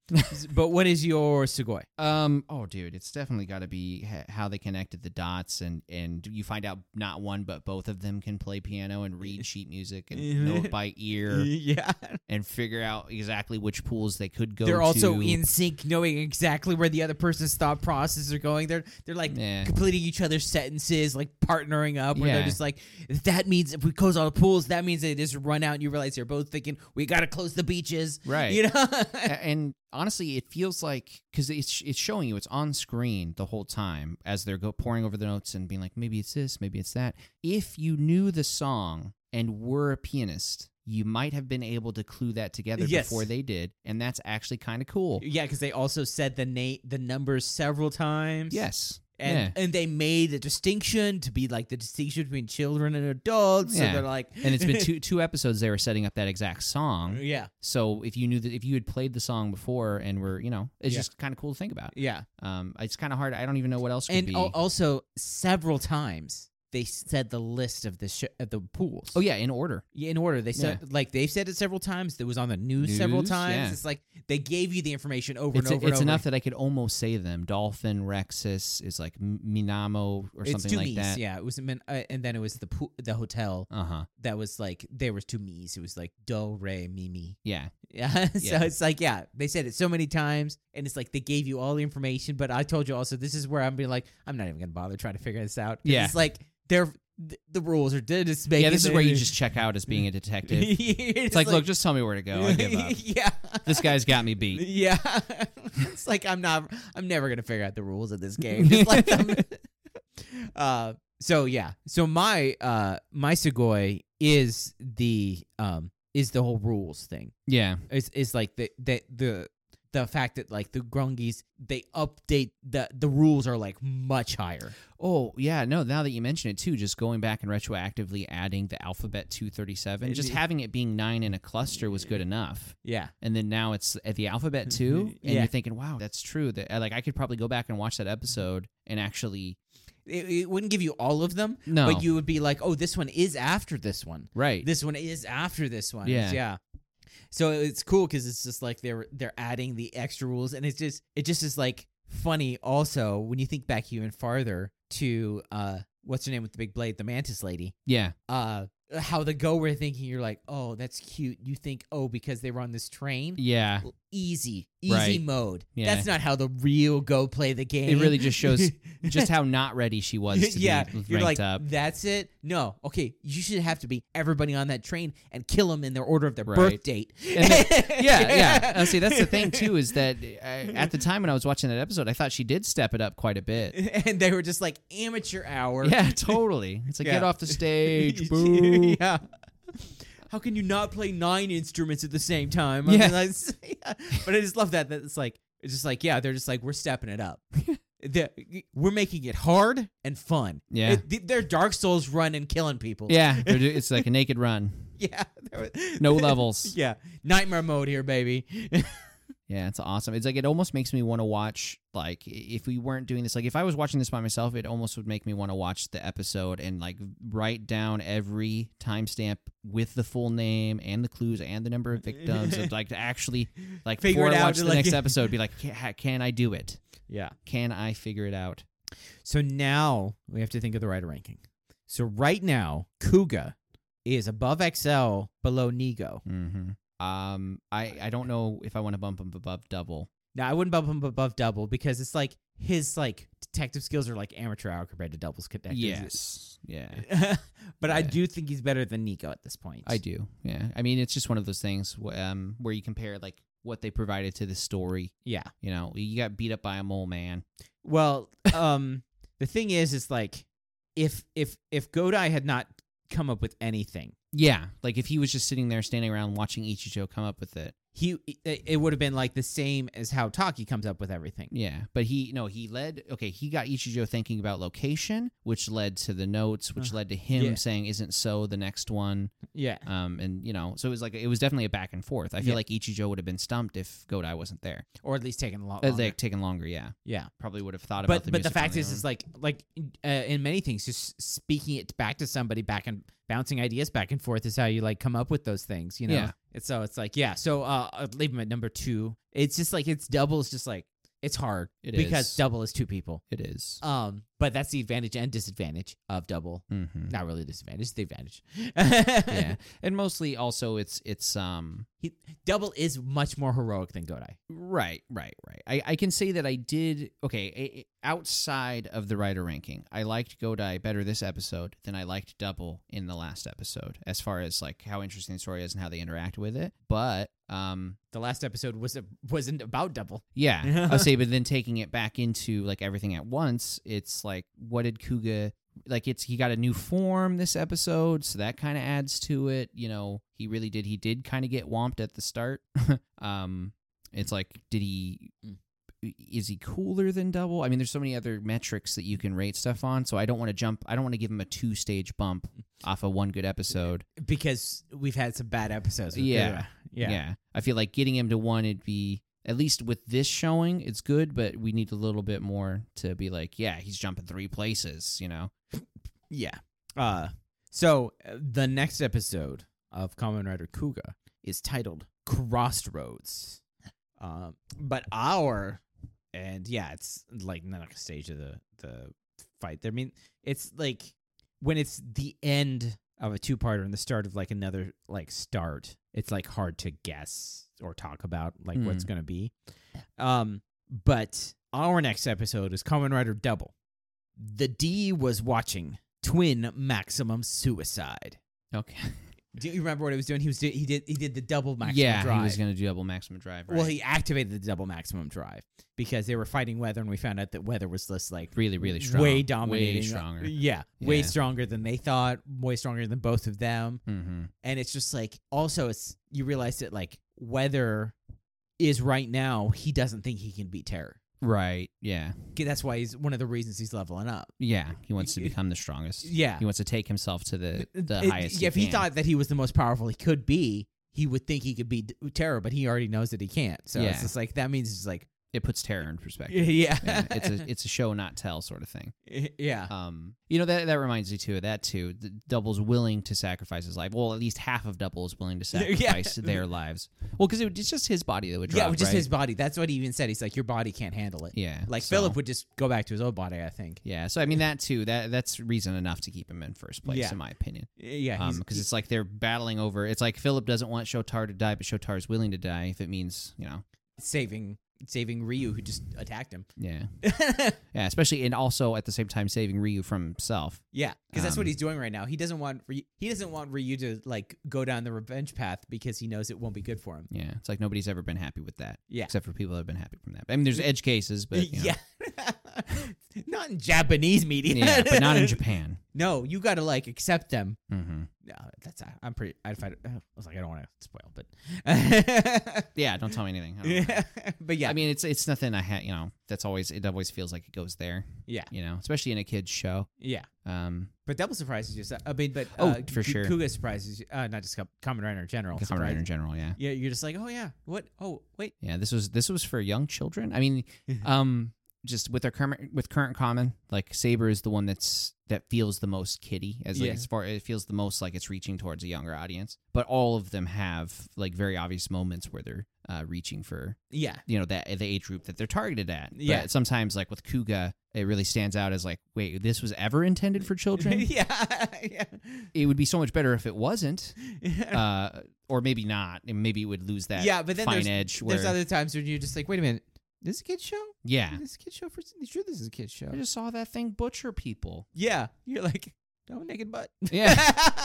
but what is your [LAUGHS] sugoi?
um, oh, dude, it's definitely got to be h- how they connected the dots, and and you find out not one but both of them can play piano and
[LAUGHS]
read sheet music and know it by ear
Yeah,
and figure out exactly which pools they could go.
they're also
to.
in sync, knowing exactly where the other person's thought processes are going. They're they're like
Yeah.
completing each other's sentences, like partnering up. Where
Yeah.
they're just like, that means if we close all the pools, that means they just run out. And you realize they're both thinking we gotta close the beaches,
Right.
You know,
A- and honestly, it feels like because it's it's showing you it's on screen the whole time as they're go pouring over the notes and being like, maybe it's this, maybe it's that. If you knew the song and were a pianist, you might have been able to clue that together
Yes.
before they did, and that's actually kind of cool.
[LAUGHS] yeah, because they also said the na- the numbers several times.
Yes,
and and they made a distinction to be like the distinction between children and adults.
Yeah.
So they're like,
yeah. and it's been
[LAUGHS]
two two episodes they were setting up that exact song.
yeah,
So if you knew that if you had played the song before and were you know it's
Yeah.
just kind of cool to think about.
yeah,
Um, it's kind of hard. I don't even know what else could
and
be.
al- also several times they said the list of the sh- of the pools.
oh yeah, in order.
Yeah, in order. They said like they've said it several times. It was on the news, several
News,
times.
yeah.
It's like they gave you the information over
it's,
and over.
it's
and over.
enough that I could almost say them. Dolphin Rexus is like M- Minamo or
It's
something
two
like
me's,
that.
yeah. It was, a min- uh, and then it was the pool, the hotel
Uh huh.
that was like there was two me's. It was like do re mi mi. [LAUGHS]
Yeah.
Yeah. so
Yeah.
it's like, yeah, they said it so many times, and it's like they gave you all the information. But I told you also, this is where I'm being like, I'm not even gonna bother trying to figure this out. 'cause
Yeah.
it's like they're th- the rules are they're just making.
yeah. This is
the-
where you
[LAUGHS]
just check out as being a detective. It's like, look, just tell me where to go. I give up.
[LAUGHS] yeah,
this guy's got me
[LAUGHS]
beat.
yeah. it's like I'm not, I'm never gonna figure out the rules of this game. Just let them- [LAUGHS] uh, so yeah, so my uh my segway is the um is the whole rules thing.
Yeah.
It's is like the the the the fact that like the grungies they update the the rules are like much higher.
Oh yeah. No. Now that you mention it too, just going back and retroactively adding the alphabet two thirty seven, just
Yeah.
having it being nine in a cluster was good enough.
Yeah.
And then now it's at the alphabet
[LAUGHS]
two, and
Yeah.
you're thinking, wow, that's true. That uh, like I could probably go back and watch that episode and actually
It, it wouldn't give you all of them,
no
but you would be like, "Oh, this one is after this one.
right
This one is after this one."
Yeah.
Yeah. So it's cool cuz it's just like they're they're adding the extra rules and it's just it just is like funny also when you think back even farther to uh what's her name with the big blade, the mantis lady.
yeah
uh how the go were thinking you're like oh that's cute you think oh because they were on this train
yeah.
Well, easy easy
Right.
mode
Yeah.
that's not how the real go play the game
It really just shows
[LAUGHS]
just how not ready she was to
yeah
be ranked
you're like [LAUGHS]
up.
that's it no okay you should have to be everybody on that train and kill them in their order of their
Right.
birth date
And
[LAUGHS]
then- Yeah, yeah. Uh, see, that's the thing too is that uh, at the time when I was watching that episode, I thought she did step it up quite a bit.
[LAUGHS] and they were just like amateur hour
Yeah, totally. It's like
[LAUGHS] Yeah.
get
[LAUGHS]
off the stage, boo.
yeah. How can you not play nine instruments at the same time?
Yeah.
mean, that's- [LAUGHS] yeah. But I just love that. That it's like it's just like yeah, they're just like we're stepping
[LAUGHS]
it up. The- we're making it hard and fun.
Yeah.
It- th- they're Dark Souls run and killing people.
Yeah, they're do- it's like a naked run,
[LAUGHS] yeah, there was-
no levels.
[LAUGHS] yeah. Nightmare mode here, baby. [LAUGHS]
Yeah, it's awesome. It's like it almost makes me want to watch. Like i- if we weren't doing this, like if I was watching this by myself, it almost would make me want to watch the episode and like write down every timestamp with the full name and the clues and the number of victims. and like to
[LAUGHS]
actually like
Figure
before
it
I
out,
watch the
like-
next episode, be like, can, ha- can I do it?
yeah.
Can I figure it out?
So now we have to think of the right ranking. So right now, Kuga is above XL, below Nigo.
Mm-hmm. Um, I I don't know if I want to bump him above double.
No, I wouldn't bump him above double because it's like his like detective skills are like amateur hour compared to doubles detective.
Yes. Yeah.
[LAUGHS] but I
Yeah.
do think he's better than Nico at this point.
I do. Yeah. I mean, it's just one of those things wh- um, where you compare like what they provided to the story.
Yeah.
You know, you got beat up by a mole man.
Well, um, the thing is, is like if if if Godai had not come up with anything,
Yeah. Like if he was just sitting there standing around watching Ichijo come up with it.
he it, it would have been like the same as how Taki comes up with everything.
Yeah, but he no, he led. Okay, he got Ichijo thinking about location, which led to the notes, which
Uh,
led to him
yeah.
saying, "Isn't so the next one?"
Yeah.
Um, and you know, so it was like it was definitely a back and forth. I feel
Yeah.
like Ichijo would have been stumped if Godai wasn't there.
Or at least taking a lot
Uh,
longer.
Like taken longer, yeah.
yeah.
Probably would have thought about
Oh, But
the
but the
music on
fact
their
is
own.
is like like uh, in many things just speaking it back to somebody back and bouncing ideas back and forth is how you like come up with those things, you know.
Yeah.
And so it's like yeah, so uh I'd leave him at number 2. It's just like it's double is just like it's hard
It
because
is.
double is two people.
it
[LAUGHS]
is.
Um but that's the advantage and disadvantage of double.
Mm-hmm.
Not really disadvantage, the advantage.
yeah, and mostly also it's it's um
[LAUGHS] Double is much more heroic than Godai.
Right, right, right. I, I can say that I did okay I, I- outside of the writer ranking. I liked Godai better this episode than I liked Double in the last episode, as far as like how interesting the story is and how they interact with it. But um,
The last episode was a, wasn't about double.
yeah, I'll say. But then taking it back into like everything at once, it's like what did Kuga like? It's he got a new form this episode, so that kind of adds to it. You know, he really did. He did kind of get whomped at the start. [LAUGHS] um, it's like did he?
Mm.
Is he cooler than double? I mean, there's so many other metrics that you can rate stuff on. So I don't want to jump. I don't want to give him a two stage bump off of one good episode.
because we've had some bad episodes. with
Yeah.
Kira. yeah,
I feel like getting him to one, it'd be at least with this showing, it's good, but we need a little bit more to be like, yeah, he's jumping three places, you know?
yeah. Uh, so uh, the next episode of Common Rider Kuga is titled Crossroads, um, but our and yeah, it's like the next stage of the the fight. I mean, it's like when it's the end of a two parter and the start of like another like start. It's like hard to guess or talk about like what's
Hmm.
gonna be. Um, but our next episode is Common Rider Double. The D was watching Twin Maximum Suicide.
Okay.
Do you remember what he was doing? He was do- he did he did the double [LAUGHS] maximum
yeah,
drive.
he was going to do double maximum drive. Right?
Well, he activated the double maximum drive because they were fighting weather, and we found out that weather was just like
really, really strong.
way dominating,
Way stronger.
Yeah, way
Yeah.
stronger than they thought, way stronger than both of them.
Mm-hmm.
And it's just like also it's you realize that like weather is right now he doesn't think he can beat terror.
Right. Yeah.
'Kay, That's why he's one of the reasons he's leveling up.
Yeah. He wants to become the strongest.
Yeah,
He wants to take himself to the, the
It-
highest.
yeah, if he
can.
thought that he was the most powerful he could be, he would think he could beat terror, but he already knows that he can't. So
Yeah.
it's just like that means it's like
it puts terror in perspective.
[LAUGHS] yeah,
yeah, it's
[LAUGHS]
a it's a show not tell sort of thing.
yeah.
Um, you know that that reminds me too of that too. The Double's willing to sacrifice his life. Well, at least half of Double is willing to [LAUGHS]
Yeah.
sacrifice their lives. Well, because it, it's just his body that would drop.
yeah, just
right?
his body. That's what he even said. He's like, your body can't handle it.
Yeah,
Like
so-
Philip would just go back to his old body, I think.
Yeah, so I mean that too. That that's reason enough to keep him in first place,
Yeah.
in my opinion.
Yeah,
Um,
he's-
because it's like they're battling over. It's like Philip doesn't want Shotar to die, but Shotar is willing to die if it means you know.
saving saving Ryu, who just attacked him.
Yeah,
yeah,
[LAUGHS] yeah. Especially and also at the same time saving Ryu from himself.
because that's what
Um,
he's doing right now. He doesn't want Ryu, he doesn't want Ryu to like go down the revenge path because he knows it won't be good for him.
Yeah, it's like nobody's ever been happy with that.
Yeah.
except for people that have been happy from that. I mean, there's edge cases,
[LAUGHS]
but you know.
yeah. not in Japanese media.
yeah, but [LAUGHS]
[LAUGHS]
not in Japan.
No, you got to like accept them.
hmm
No, that's I'm pretty. I, I, I was like, I don't want to spoil,
[LAUGHS]
but
Yeah, don't tell me anything. I, don't know.
yeah, [LAUGHS] but yeah,
Oh. I mean, it's it's nothing. I had you know that's always it always feels like it goes there.
Yeah.
you know, especially in a kids show.
yeah.
Um,
But double surprises you. so- I mean, but
Oh,
uh,
for
G-
sure.
Kuga surprises you. Uh, not just Com- Kamen Rider in general.
Kamen Rider in
surprises-
general. Yeah,
Yeah, you're just like, oh yeah, what? Oh wait,
yeah. This was this was for young children. I [LAUGHS] mean, um, just with our current with current common like Saber is the one that's that feels the most kiddie as like
Yeah.
as far it feels the most like it's reaching towards a younger audience. But all of them have like very obvious moments where they're uh, reaching for
yeah,
you know that the age group that they're targeted at.
Yeah.
But sometimes like with Kuga, it really stands out as like, wait, this was ever intended for children?
[LAUGHS] yeah, yeah,
it would be so much better if it
[LAUGHS]
wasn't,
yeah.
uh, or maybe not, and maybe it would lose that
yeah, but then
fine
there's,
edge. Where
there's other times when you're just like, wait a minute, this is a kid's show. [LAUGHS]
yeah,
This is a kid's show for sure. This is a kid's show.
I just saw that thing butcher
[LAUGHS]
people.
yeah, you're like, no naked butt.
[LAUGHS] Yeah,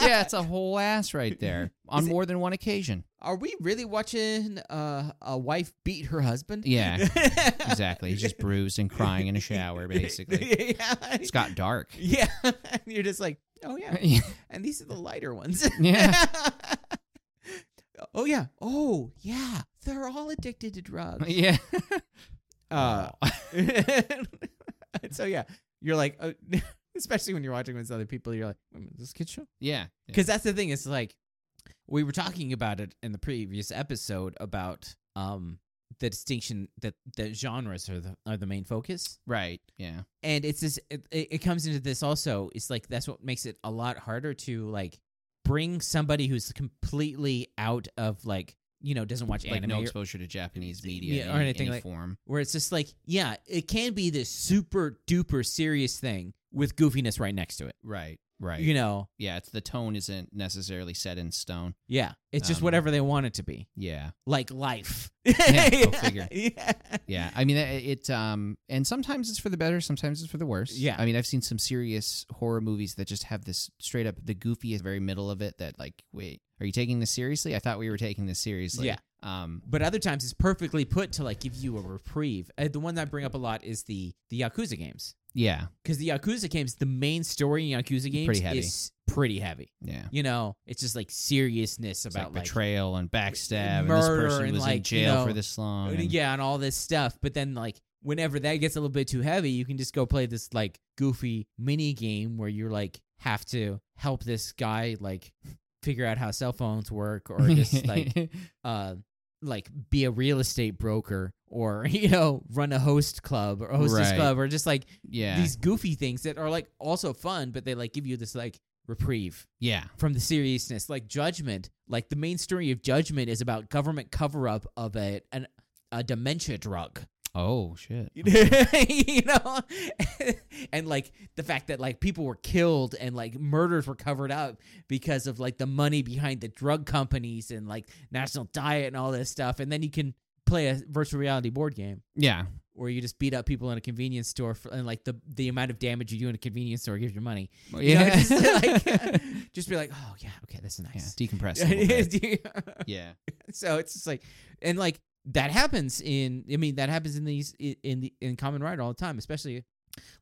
yeah, it's a whole ass right
[LAUGHS]
there on
Is it-
more than one occasion.
Are we really watching uh, a wife beat her husband? [LAUGHS]
Yeah, Exactly, he's just bruised and crying in a shower. Basically,
[LAUGHS] yeah.
it's got dark.
Yeah. [LAUGHS] And you're just like, oh, yeah.
[LAUGHS] yeah, [LAUGHS]
And these are the lighter ones.
yeah,
[LAUGHS] oh yeah, oh yeah, they're all addicted to
[LAUGHS]
drugs.
yeah. Oh.
Uh, [LAUGHS] so yeah, you're like, uh, [LAUGHS] especially when you're watching with other people, you're like, "Wait a minute, this kid show.
yeah.
[LAUGHS] Because that's the thing. It's like we were talking about it in the previous episode about um the distinction that that genres are the are the main focus,
Right. Yeah.
and it's this. It, it it comes into this also. It's like that's what makes it a lot harder to like bring somebody who's completely out of like you know doesn't watch
Like
anime
no
or-
exposure to Japanese media
Yeah,
or anything like form.
where it's just like yeah it can be this super duper serious thing with goofiness right next to it
Right. Right.
you know
yeah. It's the tone isn't necessarily set in stone.
yeah it's just
Um,
whatever they want it to be
Yeah. [LAUGHS]
like life.
go figure.
[LAUGHS] Yeah.
Yeah. I mean, it, it. Um. And sometimes it's for the better. Sometimes it's for the worse.
Yeah.
I mean, I've seen some serious horror movies that just have this straight up the goofy at the very middle of it. That like, wait, are you taking this seriously? I thought we were taking this seriously.
Yeah.
Um.
But other times it's perfectly put to like give you a reprieve. Uh, the one that I bring up a lot is the the Yakuza games
Yeah.
because the Yakuza games, the main story in Yakuza games
Pretty heavy.
is pretty heavy.
Yeah.
You know, it's just like seriousness
It's
about
like betrayal and backstab, and
murder
this person
and,
was in
like, you
jail for
know,
this long.
like
and- [LAUGHS]
yeah, and all this stuff. But then like whenever that gets a little bit too heavy, you can just go play this like goofy mini game where you're like have to help this guy like figure out how cell phones work or
[LAUGHS]
just like uh like be a real estate broker or [LAUGHS] you know run a host club or hostess
Right.
club or just like
yeah,
these goofy things that are like also fun but they like give you this like reprieve
yeah,
from the seriousness like judgment like the main story of judgment is about government cover up of a an a dementia drug
oh shit,
[LAUGHS] you know [LAUGHS] and like the fact that like people were killed and like murders were covered up because of like the money behind the drug companies and like national diet and all this stuff and then you can play a virtual reality board game
yeah,
where you just beat up people in a convenience store for, and like the the amount of damage you do in a convenience store gives you money
yeah,
[LAUGHS] You know,
yeah,
just, like, just be like oh yeah okay this is [LAUGHS] nice
[LAUGHS] decompress. a little
[LAUGHS]
bit. yeah,
so it's just like and like that happens in i mean that happens in these i- in the in common rider all the time especially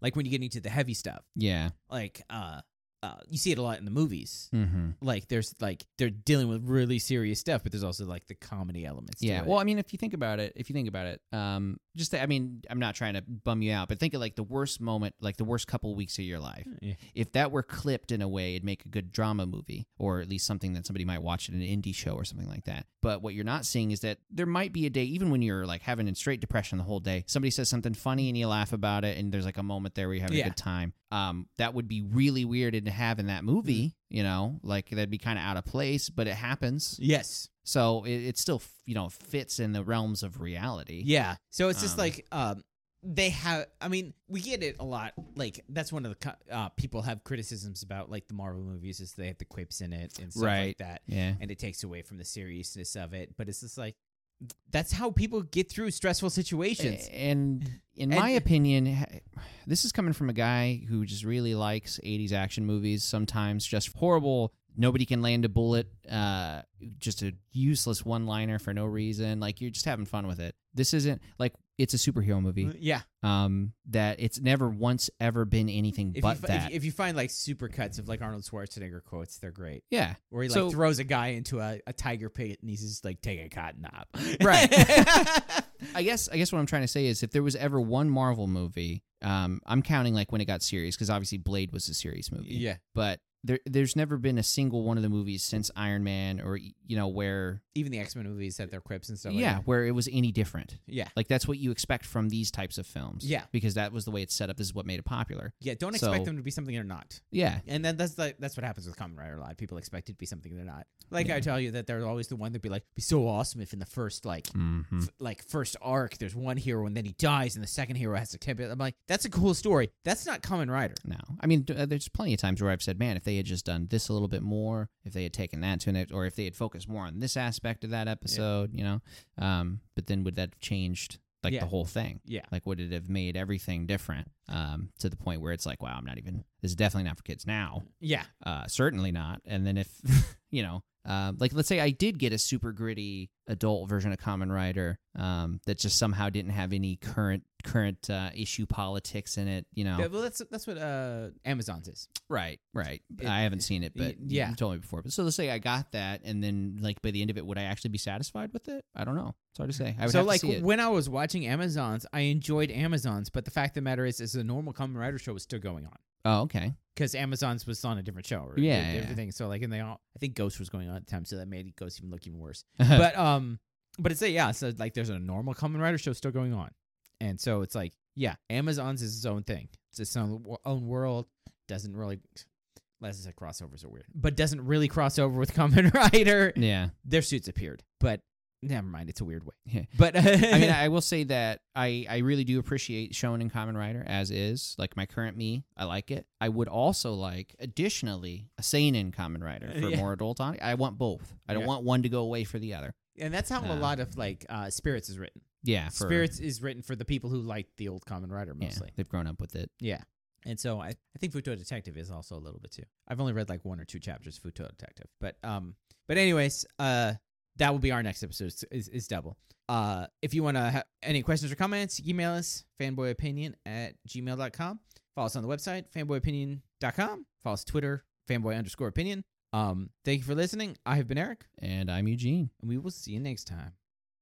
like when you get into the heavy stuff
yeah,
like uh, uh you see it a lot in the movies
mm-hmm.
like there's like they're dealing with really serious stuff but there's also like the comedy elements
yeah.
to it.
Well, I mean, if you think about it, if you think about it, um, just I mean, I'm not trying to bum you out, but think of like the worst moment, like the worst couple weeks of your life.
Yeah.
If that were clipped in a way, it'd make a good drama movie, or at least something that somebody might watch in an indie show or something like that. But what you're not seeing is that there might be a day, even when you're like having a straight depression the whole day, somebody says something funny and you laugh about it, and there's like a moment there where you have a
Yeah.
good time. Um, that would be really weird to have in that movie.
Mm-hmm.
You know, like that'd be kind of out of place, but it happens.
yes
So it, it still, f- you know, fits in the realms of reality.
yeah so it's just
Um,
like um they have i mean we get it a lot like that's one of the co- uh, people have criticisms about like the marvel movies is they have the quips in it and stuff
Right.
like that
Yeah.
and it takes away from the seriousness of it. But it's just like that's how people get through stressful situations.
A-
[LAUGHS]
And in
And-
my opinion, ha- this is coming from a guy who just really likes 80s action movies, sometimes just horrible. Nobody can land a bullet, uh, just a useless one liner for no reason. Like, you're just having fun with it. This isn't like it's a superhero movie
yeah,
um, that it's never once ever been anything
if you,
but
fi-
that.
if, if you find like super cuts of like Arnold Schwarzenegger quotes, they're great.
yeah.
Where he like
So-
throws a guy into a, a tiger pit and he's just like take a cotton knob.
[LAUGHS] Right. I guess I guess what I'm trying to say is if there was ever one Marvel movie, um, I'm counting like when it got serious because obviously Blade was a serious movie.
[LAUGHS] yeah.
But there, there's never been a single one of the movies since Iron Man or you know where
Even the X Men movies had their quips and stuff. like
yeah
that.
where it was any different.
Yeah.
Like that's what you expect from these types of films.
Yeah.
Because that was the way it's set up. This is what made it popular.
Yeah. Don't expect
So-
them to be something they're not.
Yeah.
And then that's like that's what happens with Common Rider a lot. People expect it to be something they're not. Like
Yeah.
I tell you that they're always the one that'd be like, be so awesome if in the first like
Mm-hmm.
f- like first arc there's one hero and then he dies and the second hero has to tip it i'm like that's a cool story that's not common rider
No, I mean, d- uh, there's plenty of times where I've said, "Man, if they had just done this a little bit more, if they had taken that to an, ep- or if they had focused more on this aspect of that episode, you know." Um, but then would that have changed like
Yeah.
the whole thing?
yeah
Like, would it have made everything different? Um, to the point where it's like, "Wow, I'm not even. This is definitely not for kids now.
yeah
Uh, certainly not." And then if [LAUGHS] you know. Um, like let's say I did get a super gritty adult version of Common Rider um, that just somehow didn't have any current current uh, issue politics in it. You know,
Yeah, well, that's that's what uh, Amazon's is.
right, right.
It-
I haven't seen it,
y-
but
yeah.
you told me before. But so let's say I got that, and then like by the end of it, would I actually be satisfied with it? I don't know. It's hard to say. I would
Mm. so
have
like
to see it.
when I was watching Amazon's, I enjoyed Amazon's, but the fact of the matter is, is the normal Common Rider show was still going on
oh, okay.
because Amazon's was on a different show. Or
Yeah, yeah.
everything. So like, and they all, I think Ghost was going on at the time, so that made Ghost even look even worse.
[LAUGHS]
but um, but it's a yeah. So like, there's a normal Common Rider show still going on, and so it's like yeah, Amazon's is its own thing. It's its own wo- own world. Doesn't really. Let's just say crossovers are weird, but doesn't really cross over with [LAUGHS] Common Rider.
yeah.
Their suits appeared, but never mind. It's a weird way.
Yeah.
But [LAUGHS]
I mean, I will say that I, I really do appreciate Shonen Common Rider as is. Like my current me, I like it. I would also like, additionally, a Seinen Common Rider for
Uh, Yeah.
more adult on. I want both. I don't
Yeah.
want one to go away for the other.
and that's how a
Uh,
lot of like uh, spirits is written.
Yeah, for,
Spirits is written for the people who like the old Common Rider
Yeah,
mostly.
they've grown up with it.
Yeah. And so I, I think Futo Detective is also a little bit too. I've only read like one or two chapters of Futo Detective, but um, but anyways, uh, that will be our next episode is is, is double. Uh, if you want to have any questions or comments, email us fanboyopinion at gmail.com. Follow us on the website fanboyopinion.com. Follow us Twitter fanboy underscore opinion. Um, thank you for listening. I have been Eric,
And I'm Eugene.
and we will see you next time.